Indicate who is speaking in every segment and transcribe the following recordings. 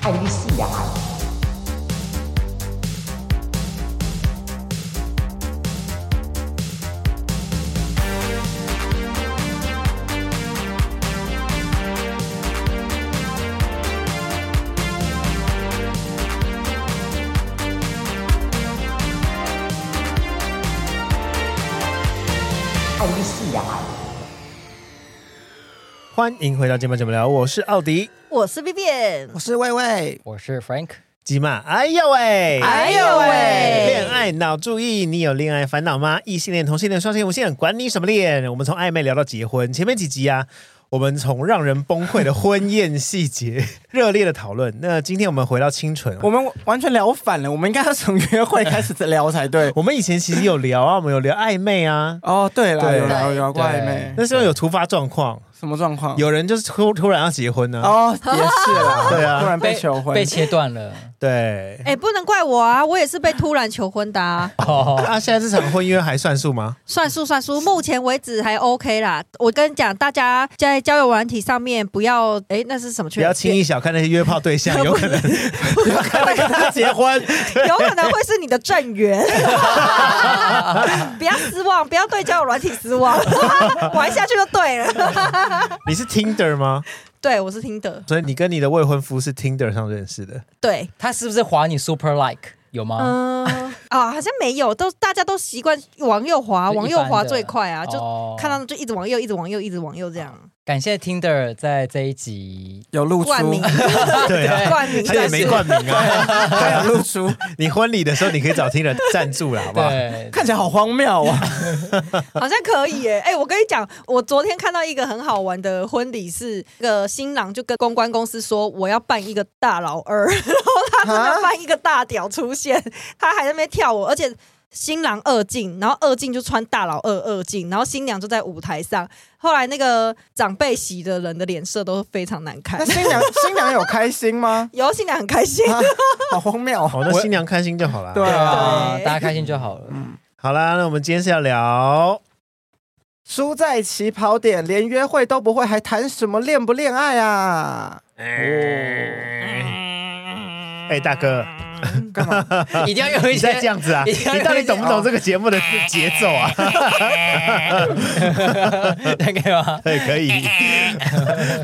Speaker 1: 爱丽丝呀，爱丽丝呀，
Speaker 2: 欢迎回到今晚节目聊，我是奥迪
Speaker 3: 我是 B B，
Speaker 4: 我是魏魏，
Speaker 5: 我是 Frank，
Speaker 2: 吉玛。哎呦喂！
Speaker 3: 哎呦喂
Speaker 2: 恋爱脑注意，你有恋爱烦恼吗？异性恋、同性恋、双性恋、无性恋，管你什么恋，我们从暧昧聊到结婚。前面几集啊，我们从让人崩溃的婚宴细节 热烈的讨论。那今天我们回到清纯，
Speaker 4: 我
Speaker 2: 我
Speaker 4: 们完全聊反了，我们应该要从约会开始聊 才对。
Speaker 2: 我们以前其实有聊啊，我们有聊暧昧啊，
Speaker 4: 哦，对了，
Speaker 2: 对
Speaker 4: 有聊有聊过暧昧，
Speaker 2: 那时候有突发状况，
Speaker 4: 什么状况？
Speaker 2: 有人就是突突然要结婚呢、
Speaker 4: 哦，也是啦，
Speaker 2: 对啊
Speaker 4: 突然被求婚，
Speaker 5: 被切断了。
Speaker 2: 对。
Speaker 3: 哎、不能怪我啊，我也是被突然求婚的啊。
Speaker 5: 哦，
Speaker 2: 啊，现在这场婚约还算数吗？
Speaker 3: 算数算数，目前为止还 OK 啦。我跟你讲，大家在交友软体上面不要，哎、那是什么
Speaker 2: 不
Speaker 3: 圈？
Speaker 2: 要轻易小看那些约炮对 象，有可能有可能跟他结婚。
Speaker 3: 有可能会是你的正缘。不要失望，不要对交友软体失望， 玩下去就对了。
Speaker 2: 你是 Tinder 吗？
Speaker 3: 对，我是听的，
Speaker 2: 所以你跟你的未婚夫是 Tinder 上认识 的，
Speaker 3: 对，
Speaker 5: 他是不是划你 Super Like 有吗？
Speaker 3: 嗯、啊，好像没有，都大家都习惯往右滑，
Speaker 5: 就一
Speaker 3: 往右滑
Speaker 5: 般的
Speaker 3: 最快啊，就
Speaker 5: 哦
Speaker 3: 看到就一直往右，一直往右，一直往右这
Speaker 2: 啊
Speaker 3: 样。
Speaker 5: 感谢 Tinder 在这一集
Speaker 4: 有露出，
Speaker 3: 冠 名，
Speaker 2: 对啊，
Speaker 3: 冠名，
Speaker 2: 他也没冠名啊。
Speaker 4: 还有露出，
Speaker 2: 你婚礼的时候你可以找 Tinder 赞助 啦，好不好？
Speaker 5: 对
Speaker 4: 看起来好荒谬啊！
Speaker 3: 好像可以耶！哎、我跟你讲，我昨天看到一个很好玩的婚礼是，那个新郎就跟公关公司说我要办一个大老二， 然后他真的办一个大屌出现，他还在那边跳舞，而且新郎二进，然后二进就穿大老二二进，然后新娘就在舞台上。后来那个长辈席的人的脸色都非常难看
Speaker 4: 那，新娘新娘有开心吗？
Speaker 3: 有新娘很开心，
Speaker 4: 啊好荒谬
Speaker 2: 好，
Speaker 4: 哦！
Speaker 2: 那新娘开心就好啦。
Speaker 4: 对啊，
Speaker 5: 啊，大家开心就好了。
Speaker 2: 好啦，那我们今天是要聊
Speaker 4: 输在起跑点，连约会都不会，还谈什么恋不恋爱啊？
Speaker 2: 哎，大哥，
Speaker 4: 干嘛？
Speaker 5: 一定要有 一
Speaker 2: 你
Speaker 5: 些
Speaker 2: 在这样子啊？
Speaker 5: 一定要
Speaker 2: 你到底懂不
Speaker 4: 哦
Speaker 2: 懂这个节目的节奏 啊？
Speaker 5: 那个哦吗？
Speaker 2: 对，哎可 以。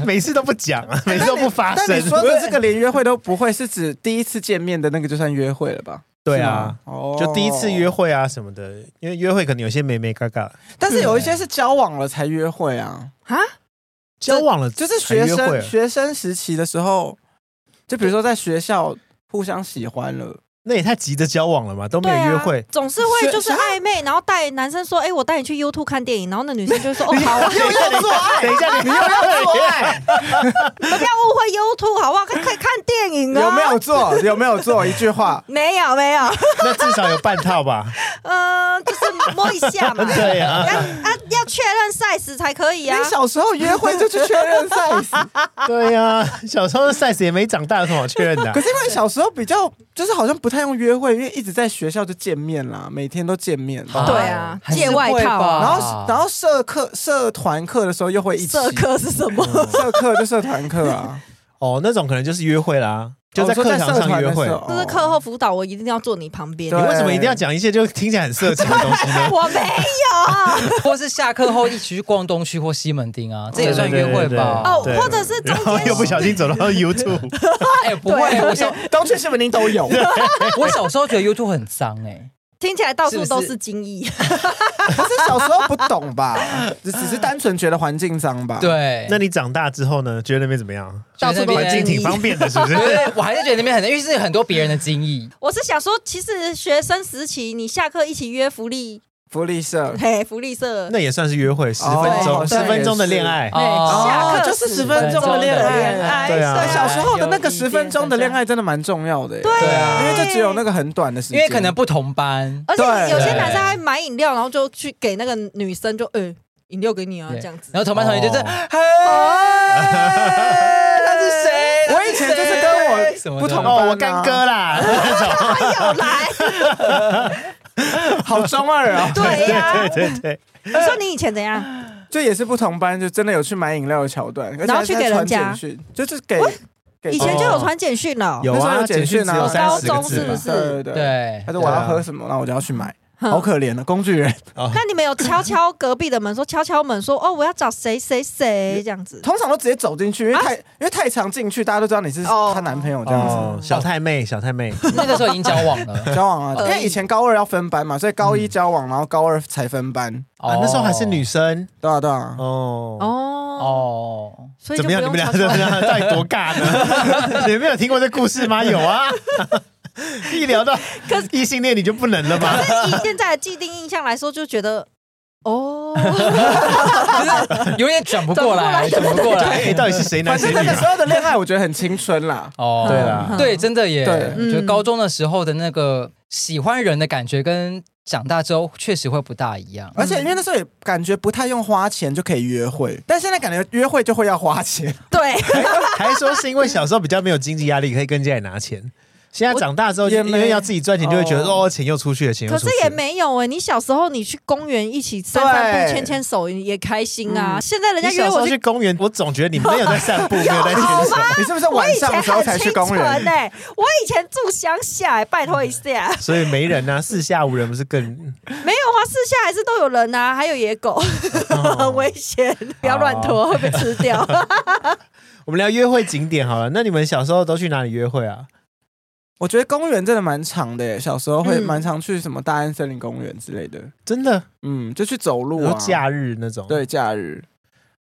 Speaker 2: 每次都不讲，啊每次都不发
Speaker 4: 但
Speaker 2: 声
Speaker 4: 你。说的这个连约会都不会，是指第一次见面的那个就算约会了吧？
Speaker 2: 对
Speaker 4: 是
Speaker 2: 啊
Speaker 4: 吗，，哦
Speaker 2: 就第一次约，会啊什么的，因为约会可能有些美美嘎嘎，
Speaker 4: 但是有一些是交往了才约会啊，
Speaker 2: 交往了
Speaker 4: 哦就是
Speaker 2: 才
Speaker 4: 学
Speaker 2: 约会啊
Speaker 4: 生学生时期的时候，就比如说在学校互相喜 欢了，
Speaker 2: 那也太急着交往了嘛，都没有约会。
Speaker 3: 啊，总是会就是
Speaker 4: 是啊
Speaker 3: 暧昧，然后带男生说：“哎、我带你去 YouTube 看电影。”然后那女生就说：“哦，好啊。”
Speaker 2: 又要做爱，等一下， 你又要做爱，
Speaker 3: 不要误会 YouTube 好不好？可以可以看电影啊。，
Speaker 4: 有没有做？有没有做？一句话
Speaker 3: 没有没有，
Speaker 2: 那至少有半套吧？
Speaker 3: 呃，就是摸一下嘛。
Speaker 2: 对啊，
Speaker 3: 要啊，要确认 size 才可以
Speaker 4: 你
Speaker 3: 啊。
Speaker 4: 小时候约会就去确认 size，
Speaker 2: 对啊，小时候的 size 也没长大，有什么好确认的啊
Speaker 4: 可？是因为小时候比较就是好像不太用约会，因为一直在学校就见面啦，每天都见面。
Speaker 3: 对啊
Speaker 5: 还是
Speaker 3: 借外套啊
Speaker 5: 会吧
Speaker 4: 然后，然后社课、社团课的时候又会一起
Speaker 3: 社课是什么？
Speaker 4: 社课就社团课啊，
Speaker 2: 哦，那种可能就是约会啦，就在
Speaker 4: 哦说
Speaker 2: 课堂
Speaker 4: 社
Speaker 2: 上
Speaker 4: 团
Speaker 2: 约
Speaker 4: 的时候
Speaker 2: 会。
Speaker 4: 哦
Speaker 3: 就是课后辅导，我一定要坐你旁边。
Speaker 2: 你
Speaker 4: 对
Speaker 2: 为什么一定要讲一些就听起来很色情的东西 呢？
Speaker 3: 我没有
Speaker 5: 或是下课后一起去逛东区或西门町啊，这也算约会吧？
Speaker 3: 哦
Speaker 2: 对，
Speaker 3: 或者是中
Speaker 2: 然后
Speaker 3: 间
Speaker 2: 又不小心走到 YouTube，
Speaker 5: 哎，不会，我小
Speaker 4: 东区西门町都有。
Speaker 5: 我小时候觉得 YouTube 很脏哎，
Speaker 3: 听起来到处
Speaker 5: 是不
Speaker 3: 都
Speaker 5: 是
Speaker 3: 是精 益。
Speaker 4: 可是小时候不懂吧，只只是单纯觉得环境脏吧。，
Speaker 5: 对，
Speaker 2: 那你长大之后呢？觉得那边怎么样？
Speaker 3: 到处都
Speaker 5: 觉得
Speaker 2: 环
Speaker 5: 那边
Speaker 2: 境挺方便的，是不是？
Speaker 5: 对，我还是觉得那边很，因为是很多别人的经历。
Speaker 3: 我是想说，其实学生时期你下课一起约福利
Speaker 4: 福利社
Speaker 3: 嘿，福利社
Speaker 2: 那也算是约会，十
Speaker 4: 哦
Speaker 2: 分钟，
Speaker 4: 对
Speaker 2: 十分钟的恋爱。
Speaker 3: 对
Speaker 5: 哦
Speaker 3: 下课
Speaker 4: 就是
Speaker 3: 10
Speaker 4: 10分钟的恋爱
Speaker 2: 对啊
Speaker 4: 哎，
Speaker 2: 对
Speaker 4: 小时候的那个十分钟的恋爱真的蛮重要的耶，对
Speaker 5: 啊
Speaker 4: 因为就只有那个很短的时
Speaker 5: 因
Speaker 4: 间，
Speaker 5: 为可能不同班，
Speaker 3: 而且有些
Speaker 5: 对
Speaker 3: 男生还买饮料，然后就去给那个女生就，呃饮料给你 啊，
Speaker 5: 对
Speaker 3: 这样子。
Speaker 5: 然后同班同学就是
Speaker 2: 哦，
Speaker 5: 嘿， 他是谁？
Speaker 4: 我以前
Speaker 5: 他
Speaker 4: 就是
Speaker 5: 谁什
Speaker 4: 跟我
Speaker 5: 么的
Speaker 4: 不同
Speaker 2: 哦，
Speaker 4: 班
Speaker 2: 我干哥
Speaker 4: 啊，
Speaker 2: 啦，
Speaker 3: 他有哎来，，
Speaker 4: 好中二啊
Speaker 3: 对呀。
Speaker 2: 对对对，
Speaker 3: 你说你以前怎样？
Speaker 4: 就也是不同班，就真的有去买饮料的桥段，而且
Speaker 3: 然后
Speaker 4: 还是
Speaker 3: 去给
Speaker 4: 在传
Speaker 3: 人家
Speaker 4: 简讯，就是给给哦
Speaker 3: 以前就有传简讯哦了，
Speaker 2: 有
Speaker 4: 那时候
Speaker 2: 啊，
Speaker 4: 有
Speaker 2: 简
Speaker 4: 简
Speaker 2: 讯
Speaker 4: 讯
Speaker 2: 只
Speaker 4: 啊
Speaker 2: 有三十
Speaker 3: 高
Speaker 2: 个
Speaker 3: 中
Speaker 2: 字
Speaker 3: 是不
Speaker 2: 吧
Speaker 3: 是？
Speaker 4: 对对对，
Speaker 5: 对
Speaker 4: 他，说我要
Speaker 2: 对啊
Speaker 4: 喝什么，然后我就要去买，好可怜的工 具人。
Speaker 3: 那你们有敲敲隔壁的门，说敲敲门，说哦，我要找谁谁谁这样子。
Speaker 4: 通常都直接走进去，因为太、因为太常进去，大家都知道你是
Speaker 3: 啊哦
Speaker 4: 她男朋友这样子。
Speaker 2: 哦，小太妹，小太妹，
Speaker 5: 那个时候已经交往了
Speaker 4: 交往啊，
Speaker 3: 呃
Speaker 4: 因为以前高二要分班嘛，所以高一交
Speaker 3: 嗯
Speaker 4: 往，然后高二才分班。
Speaker 2: 啊，那时候还是女生
Speaker 4: 对啊，对啊，
Speaker 2: 哦。
Speaker 3: 哦，
Speaker 5: 哦，
Speaker 3: 所以
Speaker 2: 怎么
Speaker 3: 就不
Speaker 2: 样？你
Speaker 3: 用
Speaker 2: 们俩
Speaker 3: 敲
Speaker 2: 怎
Speaker 3: 敲
Speaker 2: 么样？
Speaker 3: 门。
Speaker 2: 到底多尬 呢？你们没有听过这故事吗？有啊， 一聊到异性恋你就不能了吗？
Speaker 3: 以现在的既定印象来说，就觉得 哦，
Speaker 5: 有点转不过 来，转不过来
Speaker 2: 哎，，到底是谁男
Speaker 4: 反
Speaker 2: 谁
Speaker 4: 正那
Speaker 2: 女
Speaker 4: 个
Speaker 2: 啊
Speaker 4: 时？候的恋爱，我觉得很青春啦。
Speaker 5: 哦，
Speaker 2: 对啦
Speaker 5: 对，真的耶，
Speaker 4: 对
Speaker 5: 我觉
Speaker 3: 嗯
Speaker 5: 得高中的时候的那个喜欢人的感觉，跟长大之后确实会不大一
Speaker 3: 嗯
Speaker 5: 样。
Speaker 4: 而且因为那时候也感觉不太用花钱就可以约会，但现在感觉约会就会要花钱。
Speaker 3: 对，
Speaker 2: 还说是因为小时候比较没有经济压力，可以跟家里拿钱。现在长大之后，
Speaker 4: 也
Speaker 2: 因
Speaker 4: 没
Speaker 2: 为要自己赚钱，就会觉得
Speaker 4: 哦
Speaker 2: 哦，钱又出去了，钱又
Speaker 3: 可
Speaker 2: 出
Speaker 3: 是
Speaker 2: 去了。
Speaker 3: 也没有哎、你小时候你去公园一起散散步、
Speaker 4: 对
Speaker 3: 牵牵手也开心啊。
Speaker 4: 嗯
Speaker 3: 现在人家
Speaker 2: 你小
Speaker 3: 约
Speaker 2: 时
Speaker 3: 我
Speaker 2: 候去公园，我总觉得你们没有在散 步，没有在牵手。
Speaker 4: 你是不是
Speaker 3: 我
Speaker 4: 晚
Speaker 3: 以
Speaker 4: 上
Speaker 3: 前
Speaker 4: 的时候才
Speaker 3: 很
Speaker 4: 去
Speaker 3: 清
Speaker 4: 公
Speaker 3: 纯
Speaker 4: 园？
Speaker 3: 哎、我以前住乡下、欸，拜托一下，
Speaker 2: 所以没人啊，四下无人不是 更
Speaker 4: 嗯
Speaker 3: 没有啊，四下还是都有人啊，还有野狗，
Speaker 4: 哦
Speaker 3: 很
Speaker 2: 哦
Speaker 3: 危险，不要乱拖，会被吃 掉。
Speaker 2: 我们聊约会景点好了。那你们小时候都去哪里约会啊？
Speaker 4: 我觉得公园真的蛮长的耶，小时候会
Speaker 3: 嗯
Speaker 4: 蛮常去什么大安森林公园之类的。
Speaker 2: 真的，
Speaker 4: 嗯，就去走
Speaker 2: 比
Speaker 4: 路
Speaker 2: 如
Speaker 4: 啊，
Speaker 2: 假日那
Speaker 3: 哦
Speaker 2: 种。，
Speaker 4: 对假日。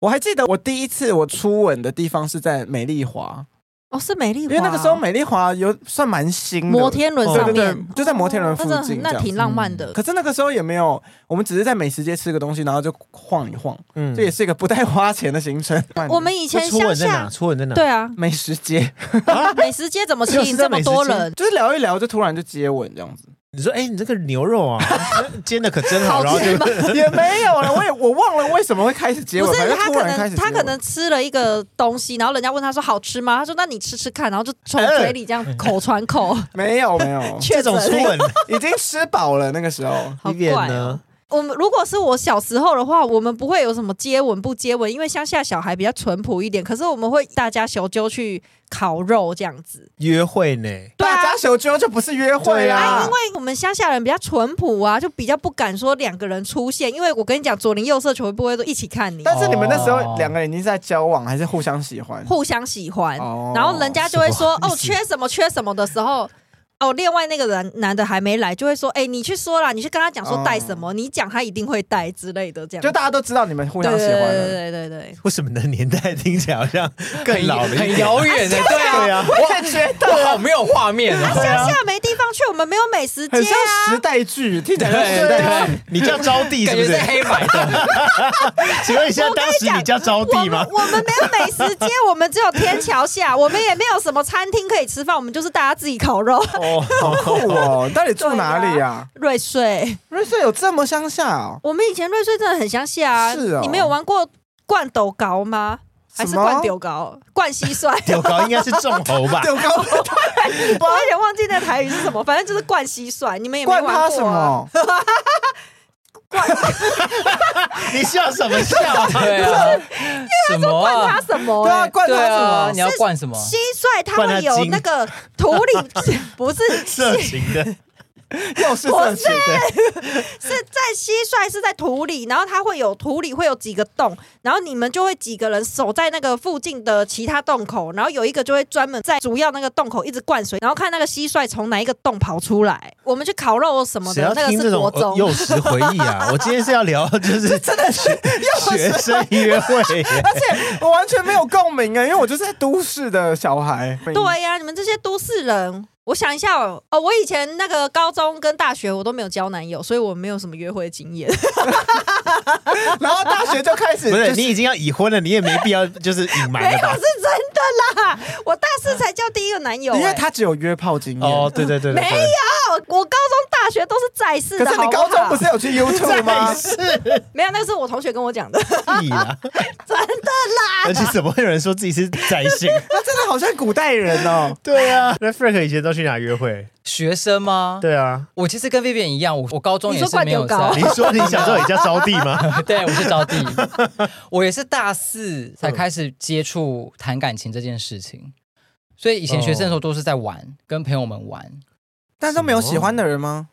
Speaker 4: 我还记得我第一次我初吻的地方是在美丽华，
Speaker 3: 哦，是美丽
Speaker 4: 因
Speaker 3: 华，
Speaker 4: 为那个时候美丽华有算蛮新的，
Speaker 3: 摩天轮
Speaker 4: 对
Speaker 3: 上
Speaker 4: 对
Speaker 3: 面哦
Speaker 4: 对，，就在摩天轮
Speaker 3: 那
Speaker 4: 附
Speaker 3: 真的
Speaker 4: 近
Speaker 3: 很
Speaker 4: 这
Speaker 3: 那
Speaker 4: 样子。
Speaker 3: 挺浪漫的。
Speaker 4: 可是那个时候也没有，我们只是在美食街吃个东西，然后就晃一晃，
Speaker 2: 嗯
Speaker 4: 这也是一个不太花钱的行程。
Speaker 3: 我们以前
Speaker 2: 那初
Speaker 3: 乡
Speaker 2: 吻在
Speaker 3: 下
Speaker 2: 哪？，初吻在哪？
Speaker 3: 对啊，
Speaker 4: 美食街啊
Speaker 3: 美食街怎么吸
Speaker 2: 就是
Speaker 3: 引
Speaker 2: 在
Speaker 3: 这么
Speaker 2: 美食
Speaker 3: 多
Speaker 2: 街
Speaker 3: 人？
Speaker 4: 就是聊一聊，就突然就接吻这样 子，
Speaker 2: 你说，哎，你这个牛肉啊， 煎的可真好，然后
Speaker 3: 好 吃
Speaker 2: 就
Speaker 3: 吗
Speaker 4: 也没有了。我也我忘了为什么会开始接吻，
Speaker 3: 不是
Speaker 4: 反正
Speaker 3: 他
Speaker 4: 突
Speaker 3: 可
Speaker 4: 然开
Speaker 3: 能
Speaker 4: 始接
Speaker 3: 他
Speaker 4: 吻
Speaker 3: 可能吃了一个东西，然后人家问他说好吃吗？他说那你吃吃看，然后就从
Speaker 4: 哎
Speaker 3: 嘴里这样口传 口，
Speaker 4: 没有没有，
Speaker 2: 这种初吻，
Speaker 4: 已经吃饱了那个时候。
Speaker 3: 好
Speaker 2: 一
Speaker 3: 怪、哦。
Speaker 2: 呢？
Speaker 3: 我们如果是我小时候的话，我们不会有什么接吻不接吻，因为乡下小孩比较淳朴一点。可是我们会大家小揪去烤肉这样子，
Speaker 2: 约会呢？
Speaker 3: 对
Speaker 4: 大
Speaker 3: 啊哎
Speaker 4: 家。手揪就不是约会
Speaker 2: 对
Speaker 4: 啦，
Speaker 2: 啊
Speaker 3: 因为我们乡下人比较淳朴啊，就比较不敢说两个人出现，因为我跟你讲，左邻右舍全部会都一起看你，
Speaker 4: 但是你们那时候
Speaker 5: 哦
Speaker 4: 两个人已经在交往，还是互相喜欢？
Speaker 3: 互相喜欢。
Speaker 4: 哦
Speaker 3: 然后人家就会说
Speaker 2: 什么意思
Speaker 3: 哦，缺什么缺什么的时候，哦，另外那个人男的还没来，就会说，哎，你去说啦，你去跟他讲说带什么，你讲他一定会带之类的，这样
Speaker 4: 哦就大家都知道你们互
Speaker 3: 对
Speaker 4: 相
Speaker 3: 对
Speaker 4: 喜欢
Speaker 3: 对
Speaker 4: 了。
Speaker 3: 对对对，
Speaker 2: 为什么你的年代听起来好像更老了一
Speaker 5: 很
Speaker 2: 点？
Speaker 5: 很遥远的，对啊，
Speaker 2: 对啊，
Speaker 4: 我也觉得
Speaker 5: 我好没有画面
Speaker 3: 啊，
Speaker 5: 啊。
Speaker 3: 乡下没地方去，我们没有美食街
Speaker 4: 很像
Speaker 3: 啊
Speaker 4: 时，代剧，听起来像时
Speaker 5: 对
Speaker 4: 代
Speaker 5: 啊
Speaker 4: 剧。
Speaker 2: 你叫招娣是
Speaker 5: 感
Speaker 2: 不是
Speaker 5: 觉是？黑白的，
Speaker 2: 请问一下，
Speaker 3: 我跟
Speaker 2: 当
Speaker 3: 你
Speaker 2: 时
Speaker 3: 讲
Speaker 2: 你叫招
Speaker 3: 我
Speaker 2: 娣
Speaker 3: 们
Speaker 2: 吗？
Speaker 3: 我们没有美食街， 我们只有天桥下，我们也没有什么餐厅可以吃饭，我们就是大家自己烤肉。
Speaker 2: 哦，
Speaker 4: 好酷哦！你到底住哪里啊？
Speaker 3: 瑞穗，
Speaker 4: 瑞穗有这么乡下哦？
Speaker 3: 我们以前瑞穗真的很乡下啊，
Speaker 4: 是哦
Speaker 3: 你没有玩过灌斗糕吗？还是
Speaker 4: 什么
Speaker 3: 灌丢糕、灌蟋蟀？
Speaker 2: 柳高应该是众猴吧？
Speaker 4: 有高
Speaker 3: 我有点忘记那个台语是什么，反正就是灌蟋蟀，你们也没玩
Speaker 4: 关
Speaker 3: 过、
Speaker 4: 他什
Speaker 3: 啊。
Speaker 4: 么？
Speaker 2: 你笑什么笑啊？
Speaker 5: 对啊，什么
Speaker 3: 灌
Speaker 5: 啊
Speaker 3: 它？什么、
Speaker 4: 对啊，
Speaker 3: 欸？
Speaker 4: 关
Speaker 5: 对
Speaker 4: 他
Speaker 5: 啊，
Speaker 4: 什
Speaker 5: 你
Speaker 4: 么？
Speaker 5: 要灌什么？
Speaker 3: 蟋蟀它会
Speaker 2: 灌它
Speaker 3: 有
Speaker 2: 精
Speaker 3: 那个土里 不是
Speaker 2: 色
Speaker 3: 是
Speaker 2: 情的，
Speaker 4: 又是这些，
Speaker 3: 是在蟋蟀是在土里，然后它会有土里会有几个洞，然后你们就会几个人守在那个附近的其他洞口，然后有一个就会专门在主要那个洞口一直灌水，然后看那个蟋蟀从哪一个洞跑出来。我们去烤肉什么
Speaker 2: 谁
Speaker 3: 的
Speaker 2: 要，
Speaker 3: 那
Speaker 2: 听
Speaker 3: 个
Speaker 2: 这
Speaker 3: 是
Speaker 2: 种
Speaker 3: 国
Speaker 2: 呃
Speaker 3: 中。
Speaker 2: 幼时回忆啊？ 我今天是要聊，就是真的学学生约 会，
Speaker 4: 而且我欸完全没有共鸣啊，因为我就是在都市的小孩。
Speaker 3: 对呀、你们这些都市人。我想一下哦，哦，我以前那个高中跟大学我都没有交男友，所以我没有什么约会经验。
Speaker 4: 然后大学就开 始
Speaker 2: 不是
Speaker 4: 就
Speaker 2: 你已经要已婚了，你也没必要就是隐瞒了
Speaker 3: 没有
Speaker 2: 吧
Speaker 3: 是？真的啦，我大四才交第一个男友、
Speaker 4: 因为
Speaker 3: 欸。
Speaker 4: 他只有约炮经验。
Speaker 2: 哦，对对对对，
Speaker 3: 没有，我高中、大学都是啊在世
Speaker 4: 可
Speaker 3: 的。
Speaker 4: 是你
Speaker 3: 好
Speaker 4: 高中
Speaker 3: 好
Speaker 4: 不是有去 YouTube 吗？
Speaker 3: 没有？那是我同学跟我 讲的，
Speaker 2: 有屁 啦！
Speaker 3: 真的啦。
Speaker 2: 而且怎么会有人说自己是宅性？
Speaker 4: 他真的好像古代人哦。
Speaker 2: 对啊，那 Frank 以前都去哪约会？
Speaker 5: 学生吗？，
Speaker 2: 对啊，
Speaker 5: 我其实跟 Vivian 一样，我我高中
Speaker 3: 你
Speaker 5: 也
Speaker 3: 说
Speaker 5: 是没有
Speaker 3: 灌丢高
Speaker 5: 在
Speaker 2: 你，说你小时候也叫招娣吗？
Speaker 5: 对，我是招娣， 我也是大四
Speaker 2: 嗯
Speaker 5: 才开始接触谈感情这件事情，所以以前学生的时候都是在玩，
Speaker 2: 哦
Speaker 5: 跟朋友们玩，
Speaker 4: 但是都没有喜欢的人吗？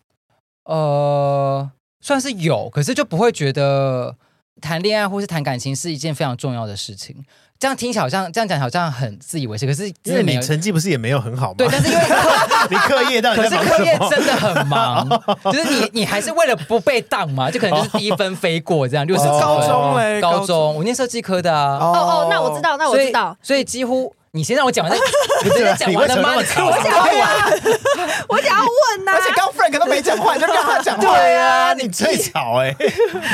Speaker 5: 呃，算是有，可是就不会觉得谈恋爱或是谈感情是一件非常重要的事情。这样听起来好像这样讲好像很自以为是，可是
Speaker 2: 因
Speaker 5: 真
Speaker 2: 为
Speaker 5: 的没
Speaker 2: 你
Speaker 5: 有。
Speaker 2: 成绩不是也没有很好吗？
Speaker 5: 对，但是因为课，
Speaker 2: 你课业到底 在
Speaker 5: 可是
Speaker 2: 忙
Speaker 5: 课业
Speaker 2: 什么？
Speaker 5: 真的 很忙，就是你你还是为了不被当嘛，就可能就是低分飞过这样，六十
Speaker 2: 哦
Speaker 4: 是高中嘞，
Speaker 5: 高中，我念设计科的啊，
Speaker 3: 哦哦，那我知。道，那我
Speaker 5: 所以
Speaker 3: 知道，
Speaker 5: 所以几乎你先让我 讲完，你真的讲完了吗？
Speaker 2: 啊你
Speaker 5: 你
Speaker 2: 为什
Speaker 5: 看
Speaker 2: 么啊那么
Speaker 5: 我讲
Speaker 2: 吵
Speaker 5: 完
Speaker 3: 啊
Speaker 5: 了，
Speaker 3: 我想要问啊呐、
Speaker 4: 哦而且刚 Frank 都没讲话，你就让他讲话，
Speaker 2: 对啊，你最吵哎、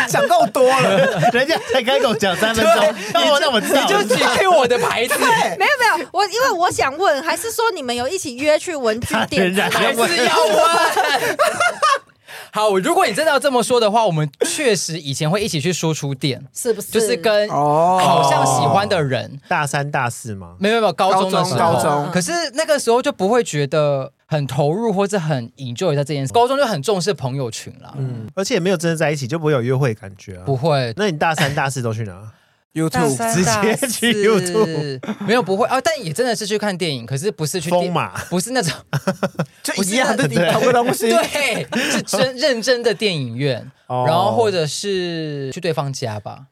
Speaker 4: 讲够多了。
Speaker 2: 人家才开口讲三分钟，那我那我知道，
Speaker 5: 你就只 Q 我的牌子，
Speaker 3: 没有没有，我因为我想问，还是说你们有一起约去文具
Speaker 2: 他
Speaker 3: 店
Speaker 2: 仍
Speaker 3: 之
Speaker 2: 然
Speaker 3: 类
Speaker 5: 还
Speaker 3: 的？
Speaker 5: 是要问。 好，如果你真的要这么说的话，我们确实以前会一起去输出店，
Speaker 3: 是不是？
Speaker 5: 就是跟
Speaker 4: 哦
Speaker 5: 好像喜欢的人，
Speaker 2: 大三大四吗？
Speaker 5: 没有没有，高中的时候，
Speaker 4: 高中
Speaker 5: 可是那个时候就不会觉得很投入或者很 enjoy 在这件事，高中就很重视朋友群啦，
Speaker 2: 嗯，而且也没有真的在一起，就不会有约会感觉啊。
Speaker 5: 不会。
Speaker 2: 那你大三大四都去哪？
Speaker 4: YouTube
Speaker 2: 直接去
Speaker 5: YouTube，没有不会啊，但也真的是去看电影，可是不 是去电
Speaker 2: 疯嘛，
Speaker 5: 不是那 种
Speaker 4: 就
Speaker 5: 不是
Speaker 4: 一样的地方的东西。
Speaker 5: 对，是真认真的电影院，
Speaker 2: 哦
Speaker 5: 然后或者是去对方家吧，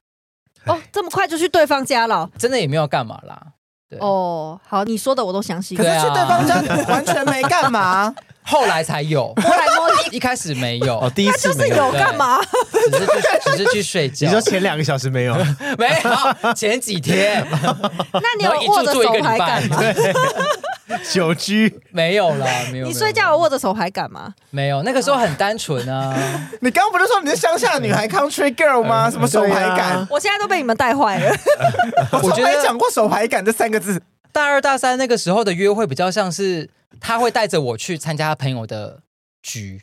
Speaker 3: 哦，这么快就去对方家了
Speaker 5: 真的也没有干嘛啦。对，啊
Speaker 3: 哦。好，你说的我都相信
Speaker 4: 可。是去对方家完全没干嘛，
Speaker 5: 后来才有，
Speaker 3: 摸来摸去，
Speaker 5: 一开始没有
Speaker 2: 哦，，第 一次
Speaker 3: 就是
Speaker 2: 没有。
Speaker 3: 有干嘛？
Speaker 5: 只是去只是去睡觉
Speaker 2: 你。说前两个小时没 有，
Speaker 5: 没有，前几天
Speaker 3: 那你
Speaker 5: 然后一
Speaker 3: 有握
Speaker 5: 住
Speaker 3: 着
Speaker 5: 住一
Speaker 3: 手
Speaker 5: 个礼
Speaker 3: 牌
Speaker 5: 拜
Speaker 3: 干，嘛？
Speaker 2: 久居
Speaker 5: 没有啦，没 有。
Speaker 3: 你
Speaker 5: 没有
Speaker 3: 睡觉有握着手牌干嘛？
Speaker 5: 没有？那个时候很单纯啊，
Speaker 4: 你刚刚不是说你是乡下女孩 country girl 吗？
Speaker 5: 嗯
Speaker 4: 什么手牌感？
Speaker 3: 我现在都被你们带坏 了。
Speaker 4: 我
Speaker 5: 啊我
Speaker 4: 从
Speaker 5: 觉
Speaker 4: 没
Speaker 5: 得
Speaker 4: 讲过手牌感这三个字。
Speaker 5: 大二大三那个时候的约会比较像是他会带着我去参加他朋友的局，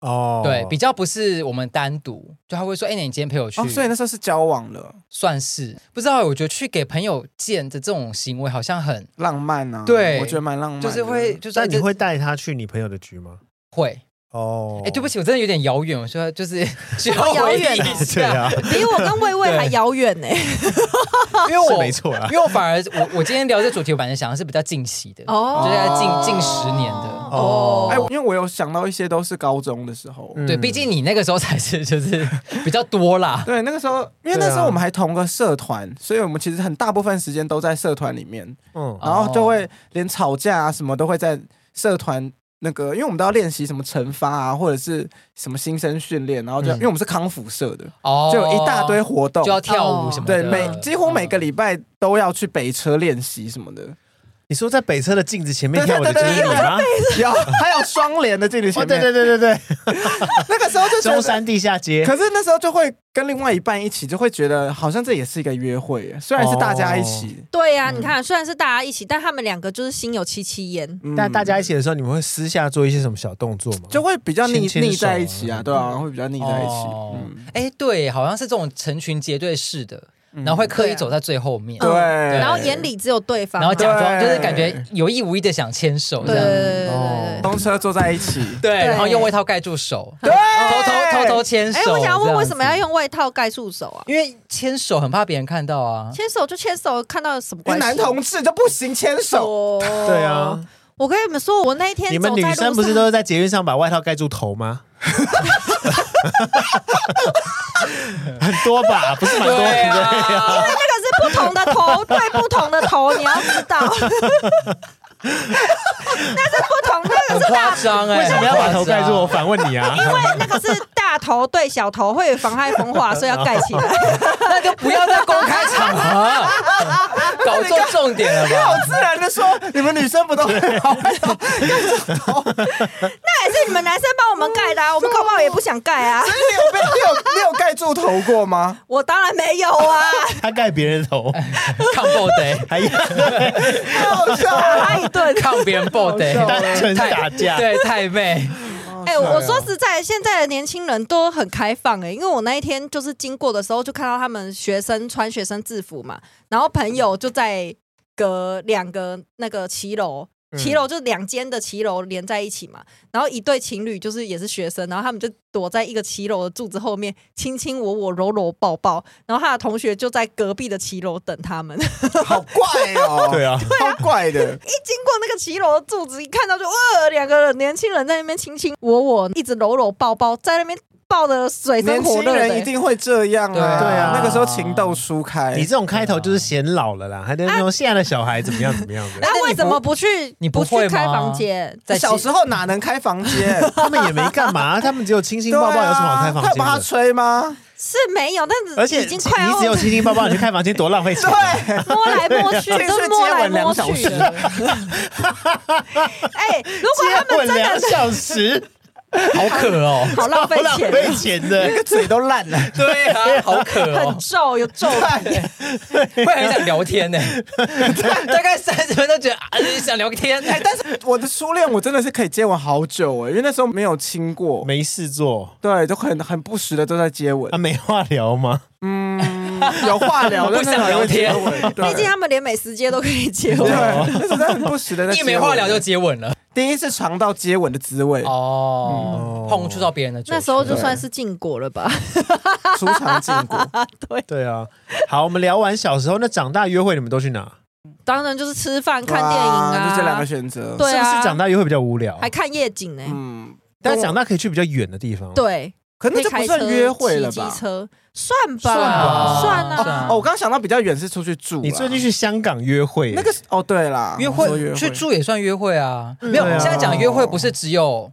Speaker 2: 哦
Speaker 5: 对，比较不是我们单独，就他会说，哎，你今天陪我去
Speaker 4: 哦，，所以那时候是交往了，
Speaker 5: 算是不知道，我觉得去给朋友见的这种行为好像很，
Speaker 4: 浪漫啊。
Speaker 5: 对
Speaker 4: 我觉得蛮浪漫的，
Speaker 5: 就是会，
Speaker 4: 嗯
Speaker 5: 就是
Speaker 2: 但你
Speaker 5: 这
Speaker 2: 会带他去你朋友的局吗？
Speaker 5: 会，
Speaker 2: 哦，
Speaker 5: 哎、对不起，我真的有点遥远，我说就是需要
Speaker 3: 遥
Speaker 5: 回忆
Speaker 3: 远
Speaker 5: 一
Speaker 3: 哦
Speaker 2: 对
Speaker 5: 下，
Speaker 2: 啊，
Speaker 3: 比我跟魏魏还遥远 呢、
Speaker 5: 因为我
Speaker 2: 是没错啦
Speaker 5: 因为我反而我我今天聊这主题，我本来想的是比较近期的，
Speaker 3: 哦
Speaker 5: 就是在近近十年的。
Speaker 2: 哦
Speaker 4: 哎，因为我有想到一些都是高中的时
Speaker 2: 嗯
Speaker 4: 候，
Speaker 5: 对，毕竟你那个时候才是就是比较多 啦，
Speaker 4: 对，那个时候，因为那时候我们还同个社团，所以我们其实很大部分时间都在社团里面，
Speaker 2: 嗯
Speaker 5: 哦
Speaker 4: 然后就会连吵架啊什么都会在社团那个，因为我们都要练习什么惩罚啊，或者是什么新生训练，然后就、
Speaker 5: 嗯
Speaker 4: 因为我们是康复社的，
Speaker 5: 哦
Speaker 4: 就有一大堆活动
Speaker 5: 就。要跳舞什么的，
Speaker 4: 对，每几乎每个礼拜都要去北车练习什么的，
Speaker 2: 你说在北车的镜子前面
Speaker 4: 对对
Speaker 2: 跳舞的就
Speaker 4: 对
Speaker 2: 是
Speaker 4: 对
Speaker 2: 你吗？
Speaker 4: 有还有双联的距离
Speaker 2: 哦，
Speaker 4: 前
Speaker 2: 对
Speaker 4: 面，
Speaker 2: 对
Speaker 4: 嗯
Speaker 2: 对对对，
Speaker 4: 那个时候就觉
Speaker 2: 中
Speaker 4: 得，
Speaker 2: 山地下街
Speaker 4: 可是那时候就会跟另外一半一起，就会觉得好像这也是一个约会耶，虽然是大家一起，
Speaker 3: 对
Speaker 5: 嗯
Speaker 3: 呀、你看，虽然是大家一起，但他们两个就是心有戚戚焉。
Speaker 4: 嗯
Speaker 2: 但大家一起的时候，你们会私下做一些什么小动作吗？
Speaker 4: 就会比较腻
Speaker 2: 牵牵手啊
Speaker 4: 腻在一起啊，对啊，会比较腻在一起。
Speaker 5: 哦
Speaker 4: 嗯，
Speaker 5: 哎、对，好像是这种成群结队式的，然后会刻意走在最后面，
Speaker 4: 对，
Speaker 3: 嗯然后眼里只有对方，
Speaker 5: 然后假装
Speaker 4: 对
Speaker 5: 就是感觉有意无意的想牵手
Speaker 3: 对
Speaker 5: 这
Speaker 3: 对对
Speaker 5: 样，
Speaker 3: 对对对对。
Speaker 4: 公车坐在一起，
Speaker 5: 对，
Speaker 3: 对
Speaker 5: 然后用外套盖住手，
Speaker 4: 对，
Speaker 5: 偷
Speaker 4: 偷
Speaker 5: 偷偷偷牵手。
Speaker 3: 哎、我想要
Speaker 5: 这
Speaker 3: 问，
Speaker 5: 样
Speaker 3: 为
Speaker 5: 子
Speaker 3: 什么要？用外套盖住手啊？
Speaker 5: 因为牵手很怕别人看到啊。
Speaker 3: 牵手就牵手，看到有什么
Speaker 4: 因
Speaker 3: 关
Speaker 4: 为
Speaker 2: 哎
Speaker 3: 系？
Speaker 4: 男同志就不行牵手，
Speaker 3: 哦，
Speaker 2: 对啊，
Speaker 3: 我跟你们说，我那一天
Speaker 2: 你们
Speaker 3: 走
Speaker 2: 女
Speaker 3: 在
Speaker 2: 生
Speaker 3: 路
Speaker 2: 不是
Speaker 3: 上，
Speaker 2: 都是在捷运上把外套盖住头吗？很多吧，不是蛮多
Speaker 5: 对
Speaker 2: 的。
Speaker 5: 啊，
Speaker 3: 那个是不同的头对不同的头，你要知 道，那是不同，那
Speaker 5: 很
Speaker 3: 个是
Speaker 5: 夸
Speaker 3: 大，
Speaker 5: 张哎！
Speaker 2: 为什么要把头盖住？我反问你啊！
Speaker 3: 因为那个是大头对小头会妨害风化，所以要盖起来。
Speaker 5: 那就不要在公开场合 搞搞错重点了 吧？
Speaker 4: 自然的说，你们女生不都很 好笑？
Speaker 3: 那也是你们男生帮我们盖的、啊，我们搞不好也不想盖啊。
Speaker 4: 所以你有被你有你有盖住头过吗？
Speaker 3: 我当然没有啊，
Speaker 2: 他盖别人的头，
Speaker 5: 抗 body，
Speaker 2: 还
Speaker 4: 太好笑
Speaker 3: 打
Speaker 4: 了！
Speaker 3: 他一顿。
Speaker 5: 抗别人 body，
Speaker 4: 好笑
Speaker 2: 单纯
Speaker 5: 太
Speaker 2: 打架。
Speaker 5: 对，太妹，
Speaker 3: 哎、我说实在，现在的年轻人都很开放哎、因为我那一天就是经过的时候，就看到他们学生穿学生制服嘛，然后朋友就在隔两个那个骑楼。骑楼就是两间的骑楼连在一起嘛，然后一对情侣就是也是学生，然后他们就躲在一个骑楼的柱子后面，卿卿我我，揉揉抱抱，然后他的同学就在隔壁的骑楼等他们。
Speaker 4: 好怪哦，
Speaker 2: 对啊，
Speaker 4: 超怪的。
Speaker 3: 一经过那个骑楼的柱子，一看到就哇，两个年轻人在那边卿卿我我，一直搂搂抱抱，在那边抱的水深
Speaker 4: 年
Speaker 3: 火
Speaker 4: 轻
Speaker 3: 热的、
Speaker 4: 人一定会这样
Speaker 5: 对啊
Speaker 4: 啊，
Speaker 2: 对啊
Speaker 4: 那个时候情窦初
Speaker 3: 哎
Speaker 4: 开
Speaker 2: 你。这种开头就是显老了
Speaker 3: 嗯
Speaker 2: 啦，还在那种现在的小孩怎么样怎么样的，
Speaker 3: 那为什么不去？
Speaker 5: 你不
Speaker 3: 不
Speaker 5: 会
Speaker 3: 去开
Speaker 5: 吗
Speaker 3: 房间？
Speaker 5: 在
Speaker 4: 小时候哪能开房间？
Speaker 2: 他们也没干 嘛，他们只有亲亲
Speaker 4: 对啊
Speaker 2: 抱抱，有什么好开房
Speaker 4: 他有帮他
Speaker 2: 间的？
Speaker 4: 吹吗？
Speaker 3: 是没有，但是
Speaker 2: 而且
Speaker 3: 已经
Speaker 2: 其
Speaker 3: 快
Speaker 2: 你
Speaker 3: 要
Speaker 2: 只有亲亲抱抱，你去开房间多浪费钱啊。
Speaker 3: 摸来摸去，
Speaker 4: 这
Speaker 3: 都
Speaker 4: 是
Speaker 3: 摸
Speaker 4: 接
Speaker 3: 来
Speaker 4: 吻
Speaker 3: 摸
Speaker 4: 两小
Speaker 3: 去
Speaker 4: 时
Speaker 3: 的。哎，如果他
Speaker 2: 接
Speaker 3: 们
Speaker 2: 吻
Speaker 3: 真
Speaker 2: 两
Speaker 3: 的
Speaker 2: 小时，
Speaker 5: 好渴哦，
Speaker 3: 好浪费
Speaker 2: 浪
Speaker 3: 钱，
Speaker 2: 费钱
Speaker 4: 那
Speaker 2: 的。
Speaker 4: 个嘴都烂了。
Speaker 5: 对啊，好渴
Speaker 3: 很
Speaker 5: 哦，
Speaker 3: 皱有皱
Speaker 4: 对，
Speaker 5: 会很想聊天呢，欸大概三十分钟觉得啊想聊个天，
Speaker 4: 哎，但是我的初恋我真的是可以接吻好久哎，因为那时候没有亲过，
Speaker 2: 没事做
Speaker 4: 对，就很很不时的都在接吻
Speaker 2: 啊，，没话聊 吗？
Speaker 4: 嗯，有话聊，
Speaker 5: 不想聊天
Speaker 4: 但是还会接吻对
Speaker 3: 毕竟他们连美食街都可以接
Speaker 4: 对，
Speaker 3: 吻。
Speaker 4: 那时候真的很不时的在接
Speaker 5: 一
Speaker 4: 吻
Speaker 5: 没话聊就接吻了，
Speaker 4: 第一次尝到接吻的滋味，
Speaker 5: 哦，碰触到别人的嘴唇，
Speaker 3: 那时候就算是禁果了吧？
Speaker 4: 初尝禁果。
Speaker 2: 对啊，好，我们聊完小时候，那长大约会你们都去哪？
Speaker 3: 当然就是吃饭、看电影
Speaker 4: 哇
Speaker 3: 啊，
Speaker 4: 就这两个选择。
Speaker 3: 对啊
Speaker 2: 是不是长大约会比较无聊？
Speaker 3: 还看夜景呢、
Speaker 4: 嗯，
Speaker 2: 但是长大可以去比较远的地方。，
Speaker 3: 对，
Speaker 4: 可能
Speaker 3: 可以
Speaker 4: 就不
Speaker 3: 开
Speaker 4: 算
Speaker 3: 车、
Speaker 4: 约会了
Speaker 3: 骑
Speaker 4: 吧
Speaker 3: 机？车算吧，
Speaker 2: 算吧
Speaker 3: 算啊。
Speaker 5: 算啊
Speaker 4: 哦，我刚想到比较远是出去住啦，啊
Speaker 2: 你最近去香港约会，
Speaker 4: 那个是哦，对啦，
Speaker 5: 约
Speaker 4: 我说
Speaker 5: 会去住也算约会啊，
Speaker 3: 嗯
Speaker 5: 没有
Speaker 2: 对啊，
Speaker 5: 现在讲约会不是只有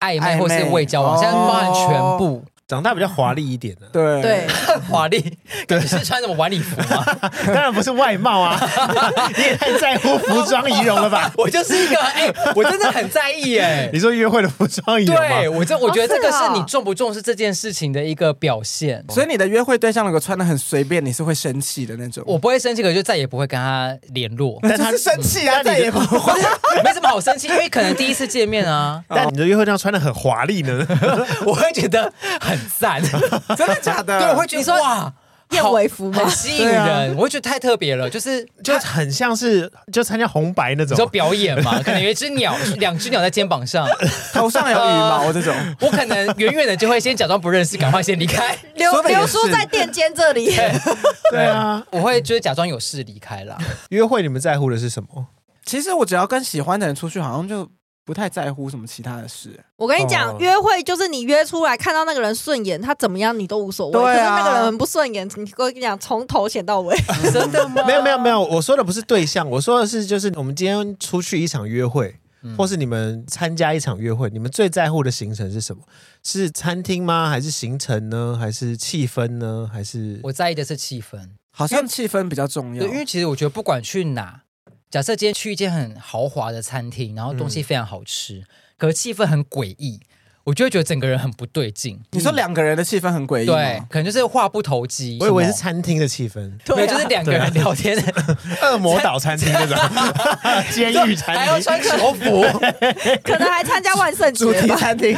Speaker 5: 暧昧或是未交往，
Speaker 4: 暧昧
Speaker 5: 现在包含全部。
Speaker 2: 长大比较华丽一点啊 的、
Speaker 4: 对
Speaker 3: 对，，
Speaker 5: 华丽， 你是穿什么晚礼服吗？
Speaker 2: 当然不是外貌啊，你也太在乎服装仪容了吧？
Speaker 5: 我就是一个哎、我真的很在意 哎、
Speaker 2: 你说约会的服装仪容
Speaker 5: 对
Speaker 2: 吗？，
Speaker 5: 我这，我觉得这个
Speaker 3: 是
Speaker 5: 哦是哦
Speaker 3: 啊
Speaker 5: 你重不重视这件事情的一个表现。
Speaker 4: 所以你的约会对象如果穿的很随便，你是会生气的那种。
Speaker 5: 我不会生气，可是就再也不会跟他联络
Speaker 2: 但他
Speaker 4: 就是生气啊，
Speaker 2: 但
Speaker 4: 再
Speaker 2: 你
Speaker 4: 也不会。
Speaker 5: 没什么好生气，因为可能第一次见面啊，
Speaker 2: 但你的约会这样穿的很华丽呢？
Speaker 5: 我会觉得很赞，
Speaker 4: 真的假的？
Speaker 5: 对，我会觉得哇，
Speaker 3: 燕尾服吗
Speaker 4: 哎
Speaker 5: 很？吸引
Speaker 2: 对
Speaker 5: 人，我会觉得太特别了，啊就是
Speaker 2: 就很像是就参加红白那
Speaker 5: 你说
Speaker 2: 种，
Speaker 5: 表演 嘛，可能有一只鸟，两只鸟在肩膀上，
Speaker 4: 头上有羽毛这种。
Speaker 5: 我可能远远的就会先假装不认识，赶快先离开。
Speaker 3: 流
Speaker 4: 说得也
Speaker 3: 流苏
Speaker 4: 是
Speaker 3: 在垫肩这里，
Speaker 2: 对啊，
Speaker 5: 我会就是假装有事离开啦。
Speaker 2: 约会你们在乎的是什么？
Speaker 4: 其实我只要跟喜欢的人出去，好像就不太在乎什么其他的事。
Speaker 3: 我跟你讲，
Speaker 2: 哦
Speaker 3: 约会就是你约出来看到那个人顺眼，他怎么样你都无所谓。
Speaker 4: 对啊
Speaker 3: 可是那个人很不顺眼，你我跟你讲，从头显到尾。
Speaker 5: 真的吗
Speaker 2: 没有没有没有，我说的不是对象，我说的是就是我们今天出去一场约会，或是你们参加一场约会，你们最在乎的行程是什么？是餐厅吗？还是行程呢？还是气氛呢？还是
Speaker 5: 我在意的是气氛，
Speaker 4: 好像气氛比较重要
Speaker 5: 对，。因为其实我觉得不管去哪，假设今天去一间很豪华的餐厅，然后东西非常好吃，可是气氛很诡异，我就会觉得整个人很不对劲。
Speaker 4: 你说两个人的气氛很诡异
Speaker 5: 对
Speaker 4: 吗？，
Speaker 5: 可能就是话不投机。
Speaker 2: 我以为是
Speaker 5: 什
Speaker 2: 餐厅啊的气氛，
Speaker 5: 么。没有，就是两个人聊天，
Speaker 2: 恶魔岛餐厅那种 监狱
Speaker 5: 还要
Speaker 2: 餐厅，
Speaker 5: 穿球服，
Speaker 3: 可能还参加万圣节
Speaker 4: 主题
Speaker 3: 吧。
Speaker 4: 餐厅，